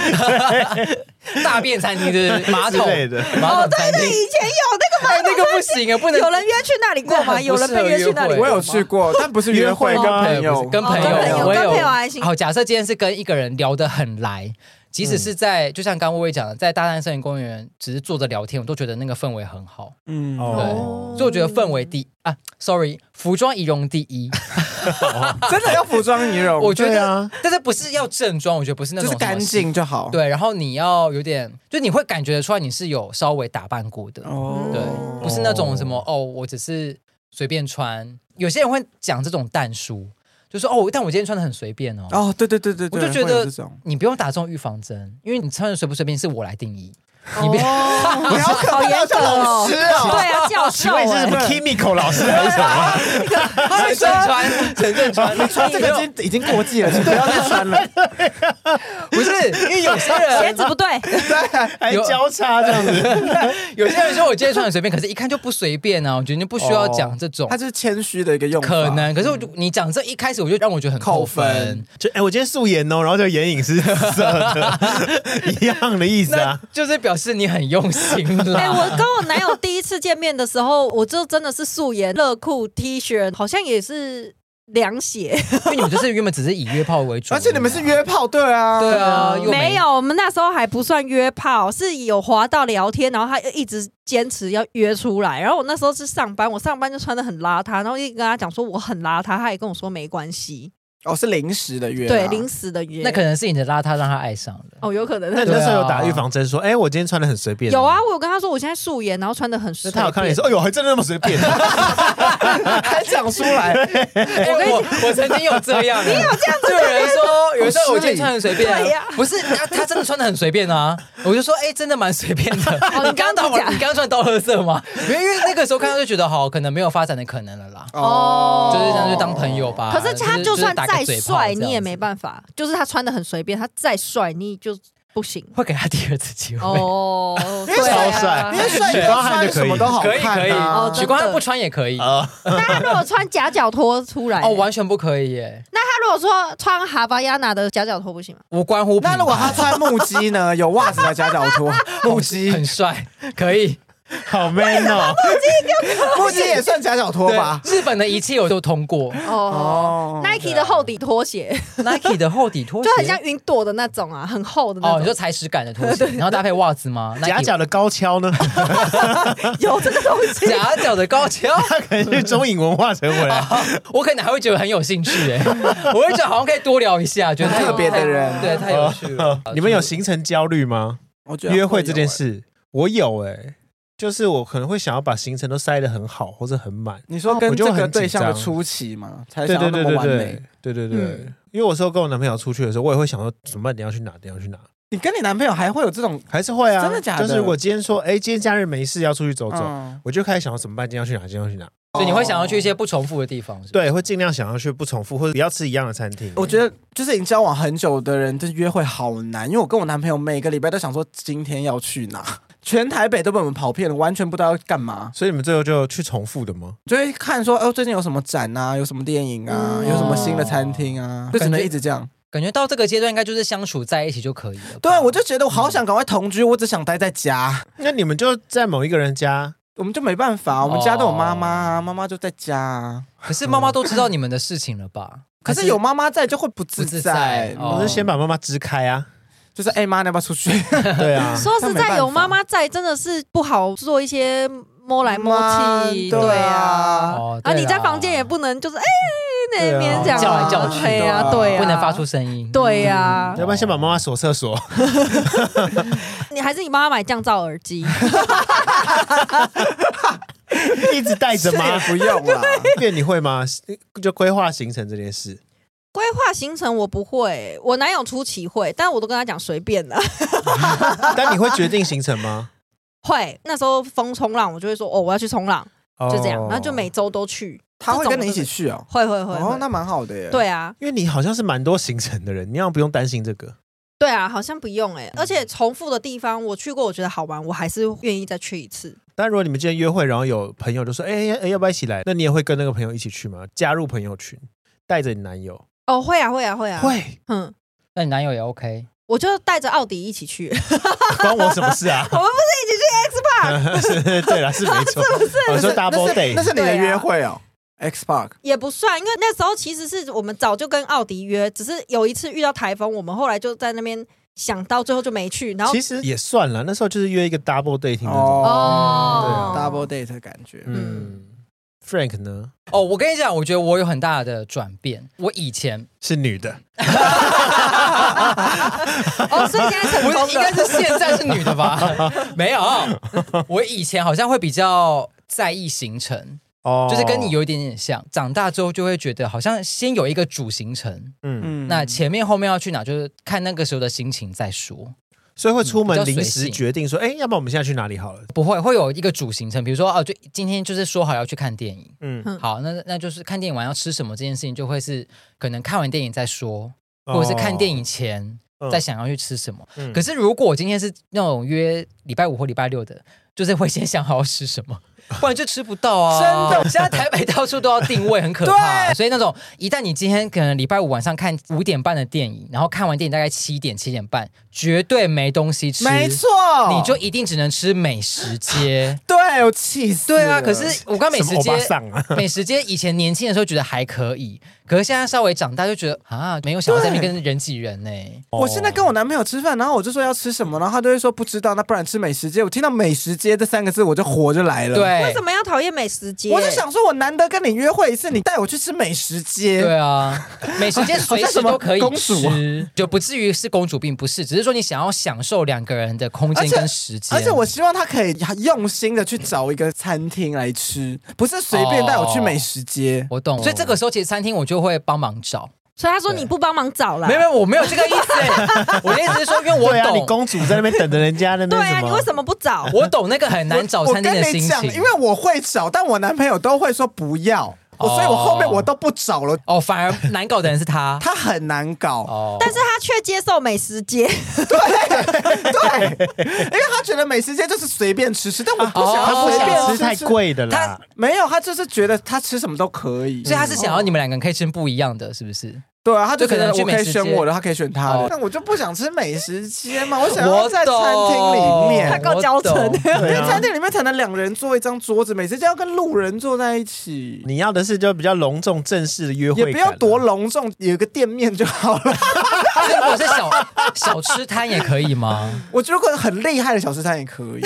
Speaker 5: 大便餐厅就是马桶
Speaker 2: 之类的，
Speaker 5: 马桶餐
Speaker 3: 对
Speaker 5: 厅
Speaker 3: 对，，以前有那个
Speaker 5: 哦哎，那个不行啊，不 能
Speaker 3: 有人约去那里过
Speaker 5: 那
Speaker 3: 吗？
Speaker 5: 很
Speaker 3: 有
Speaker 5: 不适合
Speaker 3: 人被约去那里
Speaker 5: 约
Speaker 3: 过
Speaker 5: 会
Speaker 4: 我
Speaker 3: 吗？
Speaker 4: 有去过，但不是约会，
Speaker 2: 约
Speaker 4: 跟
Speaker 2: 会吗
Speaker 4: 朋
Speaker 5: 不
Speaker 4: 友
Speaker 5: 是，跟朋
Speaker 3: 哦跟朋
Speaker 5: 友，
Speaker 3: 友
Speaker 5: 我也
Speaker 3: 跟
Speaker 5: 有
Speaker 3: 朋友还 行
Speaker 5: 好，假设今天是跟一个人聊得很来，即使是在、就像刚刚薇薇讲的，在大山森林公园只是坐着聊天，我都觉得那个氛围很好。
Speaker 4: 嗯，
Speaker 2: 哦
Speaker 5: 所以我觉得氛围第啊，sorry，服装仪容第一。
Speaker 4: 真的要服装仪容，
Speaker 5: 我觉
Speaker 2: 对
Speaker 5: 得，
Speaker 2: 啊
Speaker 5: 但是不是要正装？我觉得不是那
Speaker 4: 哦就是
Speaker 5: 种
Speaker 4: 干
Speaker 5: 什么西。
Speaker 4: 净就好。
Speaker 5: 对，然后你要有点，就你会感觉得出来你是有稍微打扮过的，
Speaker 4: 哦，
Speaker 5: 对，不是那种什么哦，我只是随便穿。有些人会讲这种淡书，就说哦，但我今天穿的很随便哦
Speaker 4: 哦，对对对对，
Speaker 5: 我
Speaker 4: 对
Speaker 5: 就觉
Speaker 4: 会有
Speaker 5: 得
Speaker 4: 这种
Speaker 5: 你不用打这种预防针，因为你穿的随不随便是我来定义。你别
Speaker 3: 哦，
Speaker 4: 你好可
Speaker 3: 好
Speaker 4: 怕，
Speaker 3: 严
Speaker 4: 要
Speaker 3: 格
Speaker 4: 像老
Speaker 3: 哦
Speaker 4: 师，哦。
Speaker 3: 对啊，教
Speaker 2: 请
Speaker 3: 授
Speaker 2: 问你是什
Speaker 3: 哎
Speaker 2: 么 Kimiko 老师还是什么？
Speaker 5: 陈正川，陈正川，
Speaker 4: 你穿这个已经已经过季了，请不要再穿 了。
Speaker 5: 哦不是因为有些
Speaker 3: 鞋
Speaker 5: 人，
Speaker 3: 子不对，
Speaker 2: 还
Speaker 5: 有
Speaker 2: 交叉这样子？
Speaker 5: 有些人说我今天穿很随便，可是一看就不随便啊，我觉得你不需要讲这种
Speaker 4: 他。就是谦虚的一个用法，
Speaker 5: 可能，可是我就你讲这一开始我就让我觉得很扣
Speaker 4: 扣
Speaker 5: 分
Speaker 4: 分，
Speaker 2: 就哎、我今天素颜哦，然后就眼影是色的，一样的意思
Speaker 5: 那
Speaker 2: 啊。
Speaker 5: 就是表示你很用心了。
Speaker 3: 哎、我跟我男友第一次见面的时候，我就真的是素颜、热裤、T 恤，好像也是凉鞋。
Speaker 5: 因为你们就是原本只是以约炮为主，
Speaker 4: 而且你们是约炮，对啊，
Speaker 5: 对啊，
Speaker 2: 哦
Speaker 5: 又
Speaker 3: 没有，我们那时候还不算约炮，是有滑到聊天，然后他一直坚持要约出来。然后我那时候是上班，我上班就穿的很邋遢，然后一直跟他讲说我很邋遢，他也跟我说没关系，
Speaker 4: 哦，是临时的约啊，
Speaker 3: 对，临时的约。
Speaker 5: 那可能是你的邋遢让他爱上了。
Speaker 3: 哦，有可能。
Speaker 2: 那你
Speaker 5: 对
Speaker 2: 那
Speaker 5: 啊
Speaker 2: 时候有打预防针说，哎、我今天穿的很随便。
Speaker 3: 有啊，，我有跟他说我现在素颜，然后穿的很
Speaker 2: 那
Speaker 3: 随
Speaker 2: 他有看到你
Speaker 3: 便
Speaker 2: 说，哎呦，还真的那么随 便？
Speaker 4: 还讲出 来，
Speaker 5: 哎我我曾经有这样，你有这样子，就有人说，有人说我今天穿很随便
Speaker 3: 对
Speaker 5: 啊
Speaker 3: 呀，
Speaker 5: 不是他他真的穿的很随便啊，我就说哎，真的蛮随便的。
Speaker 3: 哦你刚刚
Speaker 5: 到
Speaker 3: 怎么讲
Speaker 5: 你刚刚穿到垃圾吗？没有，因为那个时候看到就觉得好，可能没有发展的可能了啦。
Speaker 3: 哦
Speaker 5: 就是这样，就当朋友吧。
Speaker 3: 可是他
Speaker 5: 啊就
Speaker 3: 就算
Speaker 5: 打个
Speaker 3: 再
Speaker 5: 嘴炮
Speaker 3: 帅，
Speaker 5: 这样
Speaker 3: 你也
Speaker 5: 子
Speaker 3: 没办法。就是他穿的很随便，他再帅，你就不 行。
Speaker 5: 会给他第二次机会。
Speaker 3: 哦，
Speaker 4: 因为
Speaker 3: 对啊
Speaker 2: 超帅
Speaker 4: 因为帅
Speaker 2: 许
Speaker 4: 哥
Speaker 2: 光汉
Speaker 4: 穿
Speaker 2: 就可以
Speaker 4: 什么都好
Speaker 5: 可以可
Speaker 4: 看
Speaker 5: 以
Speaker 4: 啊
Speaker 3: 哦，真
Speaker 5: 许
Speaker 3: 的
Speaker 5: 光汉不穿也可以
Speaker 2: 啊，
Speaker 3: 那他如果穿夹脚拖出来，
Speaker 5: 哦，完全不可以耶，
Speaker 3: 他如果说穿哈巴亚娜的夹脚拖不行吗？
Speaker 5: 无关乎品牌。
Speaker 4: 那如果他穿木屐呢？有袜子的夹脚 拖，木屐，
Speaker 5: 很帅，可以。
Speaker 2: 好 man 哦！
Speaker 4: 木屐也算夹脚拖吧？
Speaker 5: 对，日本的一切我都通 过
Speaker 3: 哦。
Speaker 4: 哦
Speaker 3: Nike
Speaker 5: 啊
Speaker 3: 的厚底拖鞋
Speaker 5: ，Nike 的厚底拖鞋
Speaker 3: 就很像云朵的那种啊，很厚的
Speaker 5: 哦，
Speaker 3: 那
Speaker 5: 你
Speaker 3: 种。
Speaker 5: 说踩屎感的拖鞋，然后搭配袜子吗？
Speaker 2: 假
Speaker 5: Nike-
Speaker 2: 脚的高跷呢？
Speaker 3: 有这个东西，
Speaker 5: 夹脚的高跷，
Speaker 2: 他 可能去中影文化城回来。。
Speaker 5: 我可能还会觉得很有兴趣哎， 我会觉得好像可以多聊一下，觉得太
Speaker 4: 很特别的人
Speaker 5: 对，太有趣了
Speaker 2: 你们有行程焦虑吗？
Speaker 4: 我觉得
Speaker 2: 约会这件
Speaker 4: 会有欸，
Speaker 2: 事，我有哎、就是我可能会想要把行程都塞得很好或者很满。
Speaker 4: 啊你说跟
Speaker 2: 我就
Speaker 4: 这
Speaker 2: 会
Speaker 4: 个
Speaker 2: 很紧
Speaker 4: 对象的
Speaker 2: 张
Speaker 4: 初期嘛，才
Speaker 2: 对
Speaker 4: 想
Speaker 2: 对对
Speaker 4: 要那么
Speaker 2: 对
Speaker 4: 完
Speaker 2: 对
Speaker 4: 美。
Speaker 2: 对对对
Speaker 3: 嗯，
Speaker 2: 因为我有时候跟我男朋友出去的时候，我也会想说怎么办？你要去哪？你要去哪？
Speaker 4: 你跟你男朋友还会有这种
Speaker 2: 还是会啊，
Speaker 4: 真的假的
Speaker 2: 就是我今天说，哎、今天假日没事要出去走走，
Speaker 4: 嗯
Speaker 2: 我就开始想要怎么办？今天要去哪？今天要去哪？
Speaker 5: 所以你会想要去一些不重复的地方，是吧，
Speaker 2: 对，会尽量想要去不重复或者不要吃一样的餐厅。嗯
Speaker 4: 我觉得就是已经交往很久的人，就是约会好难。因为我跟我男朋友每个礼拜都想说今天要去哪， 全台北都被我们跑遍了，完全不知道要干嘛。
Speaker 2: 所以你们最后就去重复的吗？
Speaker 4: 就会看说哦，最近有什么展啊，有什么电影啊，有什么新的餐厅啊，就只能一直这样。
Speaker 5: 感觉到这个阶段应该就是相处在一起就可以了吧。
Speaker 4: 对，啊我就觉得我好想赶快同居，我只想待在家。
Speaker 2: 那你们就在某一个人家，
Speaker 4: 我们就没办法，我们家都有妈妈啊，妈妈就在家啊。
Speaker 5: 可是妈妈都知道你们的事情了吧？
Speaker 4: 可是有妈妈在就会不自
Speaker 5: 不自在
Speaker 4: 在，
Speaker 5: 哦
Speaker 2: 我是先把妈妈支开啊。
Speaker 4: 就是哎妈，你要不要出去？
Speaker 2: 对啊，
Speaker 3: 说实
Speaker 4: 那没办
Speaker 3: 在，
Speaker 4: 法
Speaker 3: 有妈妈在真的是不好做一些摸来摸去，
Speaker 4: 妈
Speaker 3: 对啊。
Speaker 5: 哦
Speaker 3: 啊，
Speaker 5: 对
Speaker 3: 你在
Speaker 5: 啦
Speaker 3: 房间也不能就是哎
Speaker 2: 对
Speaker 3: 那
Speaker 2: 啊
Speaker 3: 边这样
Speaker 5: 叫来叫去
Speaker 3: 对呀对啊呀，
Speaker 5: 不能发出声音。
Speaker 3: 对呀
Speaker 2: 要不然先把妈妈锁厕所。
Speaker 3: 你还是你妈妈买降噪耳机，
Speaker 2: 一直带着 吗？
Speaker 4: 不用啦。
Speaker 2: 变你会吗？就规划行程这件事，
Speaker 3: 规划行程我不会，我男友出奇会，但我都跟他讲随便啦。
Speaker 2: 但你会决定行程吗？
Speaker 3: 会那时候风冲浪，我就会说哦我要去冲浪，就这样，
Speaker 2: 哦
Speaker 3: 然后就每周都去。
Speaker 4: 他会
Speaker 3: 这种
Speaker 4: 跟你一起去哦。
Speaker 3: 会会会
Speaker 4: 哦，
Speaker 3: 会，
Speaker 4: 那蛮好的耶。
Speaker 3: 对啊
Speaker 2: 因为你好像是蛮多行程的人，你要不用担心这个。
Speaker 3: 对啊，好像不用哎，而且重复的地方我去过，我觉得好玩，我还是愿意再去一次。
Speaker 2: 但如果你们今天约会，然后有朋友就说：“哎、哎、哎要不要一起来？”那你也会跟那个朋友一起去吗？加入朋友群，带着你男友，
Speaker 3: 哦，会啊会啊会啊，
Speaker 2: 会
Speaker 3: 嗯。
Speaker 5: 那你男友也 OK，
Speaker 3: 我就带着奥迪一起去，
Speaker 2: 关我什么事啊？
Speaker 3: 我们不是一起去 X Park，
Speaker 2: 是对啦，是没错。我
Speaker 4: 那是，
Speaker 2: 哦说 double
Speaker 4: 那是
Speaker 2: day，
Speaker 4: 你的
Speaker 3: 对啊
Speaker 4: 约会哦。X Park
Speaker 3: 也不算，因为那时候其实是我们早就跟奥迪约，只是有一次遇到台风，我们后来就在那边想到最后就没去，然后
Speaker 2: 其实也算了。那时候就是约一个 double dating 那种。
Speaker 3: 哦
Speaker 4: 哦对啊，double date 的感觉。
Speaker 2: 嗯，Frank 呢
Speaker 5: 哦，我跟你讲，我觉得我有很大的转变。我以前
Speaker 2: 是女的，
Speaker 3: 哦，所以现在成
Speaker 5: 不
Speaker 3: 功
Speaker 5: 是应该
Speaker 3: 了，
Speaker 5: 是现在是女的吧？ 没有，我以前好像会比较在意行程，
Speaker 2: 哦
Speaker 5: 就是跟你有一点点像。长大之后就会觉得，好像先有一个主行程，
Speaker 2: 嗯，
Speaker 4: 嗯
Speaker 5: 那前面后面要去哪，就是看那个时候的心情再说。
Speaker 2: 所以会出门
Speaker 5: 嗯比较
Speaker 2: 临
Speaker 5: 随性
Speaker 2: 时决定说，哎，要不然我们现在去哪里好了？
Speaker 5: 不会会有一个主行程，比如说哦，就今天就是说好要去看电影，
Speaker 2: 嗯，
Speaker 3: 嗯
Speaker 5: 好，那那就是看电影完要吃什么这件事情，就会是可能看完电影再说，
Speaker 2: 嗯
Speaker 5: 或者是看电影前
Speaker 2: 哦
Speaker 5: 再，想要去吃什么。
Speaker 2: 嗯
Speaker 5: 可是如果我今天是那种约礼拜五或礼拜六的，就是会先想好要吃什 么，不然就吃不到啊。真的，现在台北到处都要定位，很可怕。所以那种一旦你今天可能礼拜五晚上看五点半的电影，然后看完电影大概七点七点半，绝对没东西吃，
Speaker 4: 没错，。
Speaker 5: 你就一定只能吃美食街
Speaker 4: 对我气死了。
Speaker 5: 对啊，可是我刚美
Speaker 2: 什么
Speaker 5: 食
Speaker 2: 欧
Speaker 5: 街
Speaker 2: 巴， 桑啊，
Speaker 5: 美食街以前年轻的时候觉得还可以，可是现在稍微长大就觉得啊，没有想要在那边跟人挤人欸呢、
Speaker 4: 我现在跟我男朋友吃饭，然后我就说要吃什么，然后他就会说不知道，那不然吃美食街。我听到美食街这三个字，我就火就来了。，
Speaker 3: 嗯为
Speaker 5: 对
Speaker 3: 什，么要讨厌美食街？
Speaker 4: 我就想说，我难得跟你约会一次，你带我去吃美食街。
Speaker 5: 对啊，美食街随时都可以
Speaker 4: 好像什么公主
Speaker 5: 吃，就不至于是公主病，不是，只是说你想要享受两个人的空间
Speaker 4: 而且
Speaker 5: 跟时间。
Speaker 4: 而且我希望他可以用心的去找一个餐厅来吃，不是随便
Speaker 5: 哦
Speaker 4: 带我去美食街。
Speaker 5: 我懂，所以这个时候其实餐厅我就会帮忙找，
Speaker 3: 所以他说你不帮忙找啦。
Speaker 5: 没有没有，我没有这个意思、欸 我的意思是说，因为我
Speaker 2: 对啊，你
Speaker 5: 懂，
Speaker 2: 公主在那边等着人家的那
Speaker 3: 对
Speaker 2: 边
Speaker 3: 啊，你为什
Speaker 2: 么？
Speaker 3: 么不找？
Speaker 5: 我懂那个很难找
Speaker 4: 我
Speaker 5: 餐厅的
Speaker 4: 跟
Speaker 5: 心
Speaker 4: 你讲，
Speaker 5: 情，
Speaker 4: 因为我会找，但我男朋友都会说不要，我所以我后面我都不找了。
Speaker 5: 哦，反而难搞的人是 他。
Speaker 4: 他很难 搞，
Speaker 5: 哦，
Speaker 3: 但是他却接受美食街，
Speaker 4: 因为他觉得美食街就是随便吃吃，但我不想
Speaker 5: 哦
Speaker 4: 要
Speaker 2: 他不
Speaker 4: 随
Speaker 2: 想
Speaker 4: 便
Speaker 2: 吃太贵的啦
Speaker 4: 他，没有，他就是觉得他吃什么都可以，
Speaker 5: 所以他是想要你们两个人可以吃不一样的，是不是？
Speaker 4: 对啊，他就
Speaker 5: 就可
Speaker 4: 觉
Speaker 5: 能
Speaker 4: 得
Speaker 5: 去
Speaker 4: 我可
Speaker 5: 美
Speaker 4: 以
Speaker 5: 食
Speaker 4: 选
Speaker 5: 街
Speaker 4: 我的，他可以选他
Speaker 5: 哦
Speaker 4: 的，但我就不想吃美食街嘛，我想要
Speaker 5: 我
Speaker 4: 在餐厅里面，
Speaker 3: 他够娇嗔，
Speaker 5: 我懂
Speaker 4: 因
Speaker 2: 对
Speaker 4: 为
Speaker 2: 啊
Speaker 4: 餐。厅里面才能两人坐一张桌子，美食街要跟路人坐在一起。
Speaker 2: 你要的是就比较隆重正式的约会
Speaker 4: 也
Speaker 2: 感啊，
Speaker 4: 不要多隆重，有个店面就好了。
Speaker 5: 所以如果是小 小吃摊也可以吗？
Speaker 4: 我觉得如果很厉害的小吃摊也可以，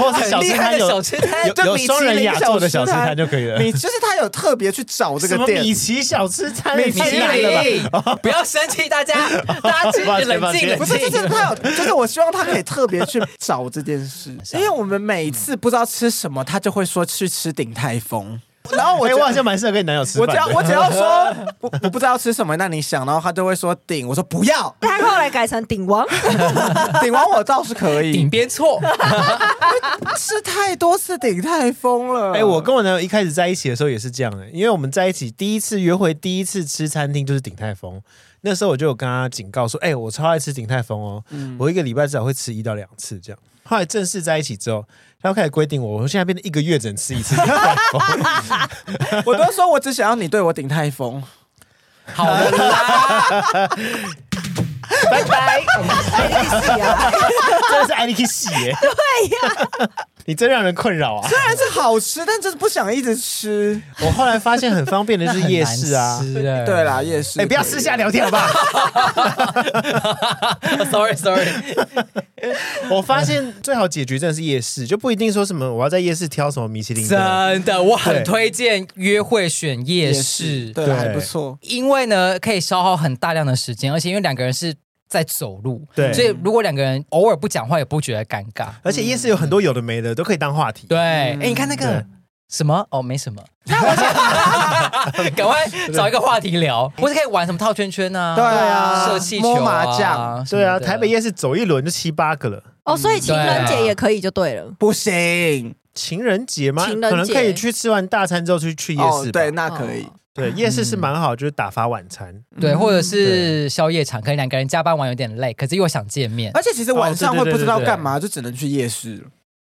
Speaker 2: 或者是小吃摊有
Speaker 5: 很厉害的小吃摊
Speaker 2: 有
Speaker 4: 就
Speaker 2: 有
Speaker 4: 米其
Speaker 2: 双人
Speaker 4: 林
Speaker 2: 雅座的小吃摊就可以了。
Speaker 4: 你就是他有特别去找这
Speaker 2: 什
Speaker 4: 个
Speaker 2: 么
Speaker 4: 店，
Speaker 2: 米奇小吃摊，
Speaker 4: 米其
Speaker 5: 米
Speaker 2: 太
Speaker 5: 其
Speaker 2: 难 了吧
Speaker 5: 林，不要生气，大家，大家去
Speaker 2: 抱歉
Speaker 5: 冷
Speaker 2: 抱
Speaker 5: 静
Speaker 2: 歉
Speaker 5: 冷
Speaker 4: 不是，
Speaker 5: 静。
Speaker 4: 就 是他有，就是我希望他可以特别去找这件事，因为我们每次不知道吃什么，他就会说去吃鼎泰丰，然后我
Speaker 2: 哎，
Speaker 4: 就
Speaker 2: 我好像蛮适合跟你男友吃
Speaker 4: 我
Speaker 2: 饭
Speaker 4: 只
Speaker 2: 的。
Speaker 4: 要我只要说我我不知道吃什么，那你想，然后他就会说鼎，我说不要
Speaker 3: 他后来改成鼎王，
Speaker 4: 鼎完我倒是可以
Speaker 5: 顶，边错，
Speaker 4: 吃太多次鼎泰丰了。
Speaker 2: 哎、我跟我男友一开始在一起的时候也是这样的、因为我们在一起第一次约会、第一次吃餐厅就是鼎泰丰。那时候我就有跟他警告说：“哎、我超爱吃鼎泰丰哦，我一个礼拜至少会吃一到两次这样。”后来正式在一起之后，他又开始规定我，我现在变成一个月只能吃一次鼎 泰丰。
Speaker 4: 我都说我只想要你对我鼎泰丰。
Speaker 5: 好了啦，
Speaker 1: 拜拜，爱丽丝呀，
Speaker 2: 真的是爱丽喜耶！对呀、你真让人困扰啊！
Speaker 4: 虽然是好吃，但就是不想一直吃。
Speaker 2: 我后来发现很方便的是夜市 啊。
Speaker 4: 对啦，夜市。
Speaker 2: 哎、不要私下聊天好不 好？
Speaker 5: ，sorry sorry，
Speaker 2: 我发现最好解决真的是夜市，就不一定说什么我要在夜市挑什么米其林的。
Speaker 5: 真的，我很
Speaker 2: 对
Speaker 5: 推荐约会选夜市，
Speaker 4: 对，
Speaker 2: 对
Speaker 4: 还不错。
Speaker 5: 因为呢可以消耗很大量的时间，而且因为两个人是在走路，
Speaker 2: 对
Speaker 5: 所以如果两个人偶尔不讲话也不觉得尴尬。
Speaker 2: 而且夜市有很多有的没的都可以当话题。
Speaker 5: 对，
Speaker 4: 嗯
Speaker 5: 哎、你看那个
Speaker 2: 对
Speaker 5: 什么？哦，没什么。 赶快找一个话题聊，或是可以玩什么套圈圈啊？
Speaker 4: 对啊
Speaker 5: 射气球、啊、
Speaker 4: 摸麻将
Speaker 5: 什么
Speaker 2: 对
Speaker 5: 的
Speaker 2: 啊，台北夜市走一轮就七八个了。
Speaker 3: 哦，所以情人
Speaker 5: 对
Speaker 3: 节
Speaker 5: 啊
Speaker 3: 也可以就对了。
Speaker 4: 不行
Speaker 2: 情人节吗？
Speaker 3: 情人节
Speaker 2: 可能可以去吃完大餐之后去去夜
Speaker 4: 哦
Speaker 2: 市，吧、
Speaker 4: 对，那嗯可以
Speaker 3: 哦。
Speaker 2: 对夜市是蛮好，就是打发晚餐。
Speaker 5: 对，或者是宵夜场，可能两个人加班完有点累，可是又想见面。
Speaker 4: 而且其实晚上会不
Speaker 2: 哦对
Speaker 4: 知道
Speaker 2: 对对对对
Speaker 4: 干嘛，就只能去夜市了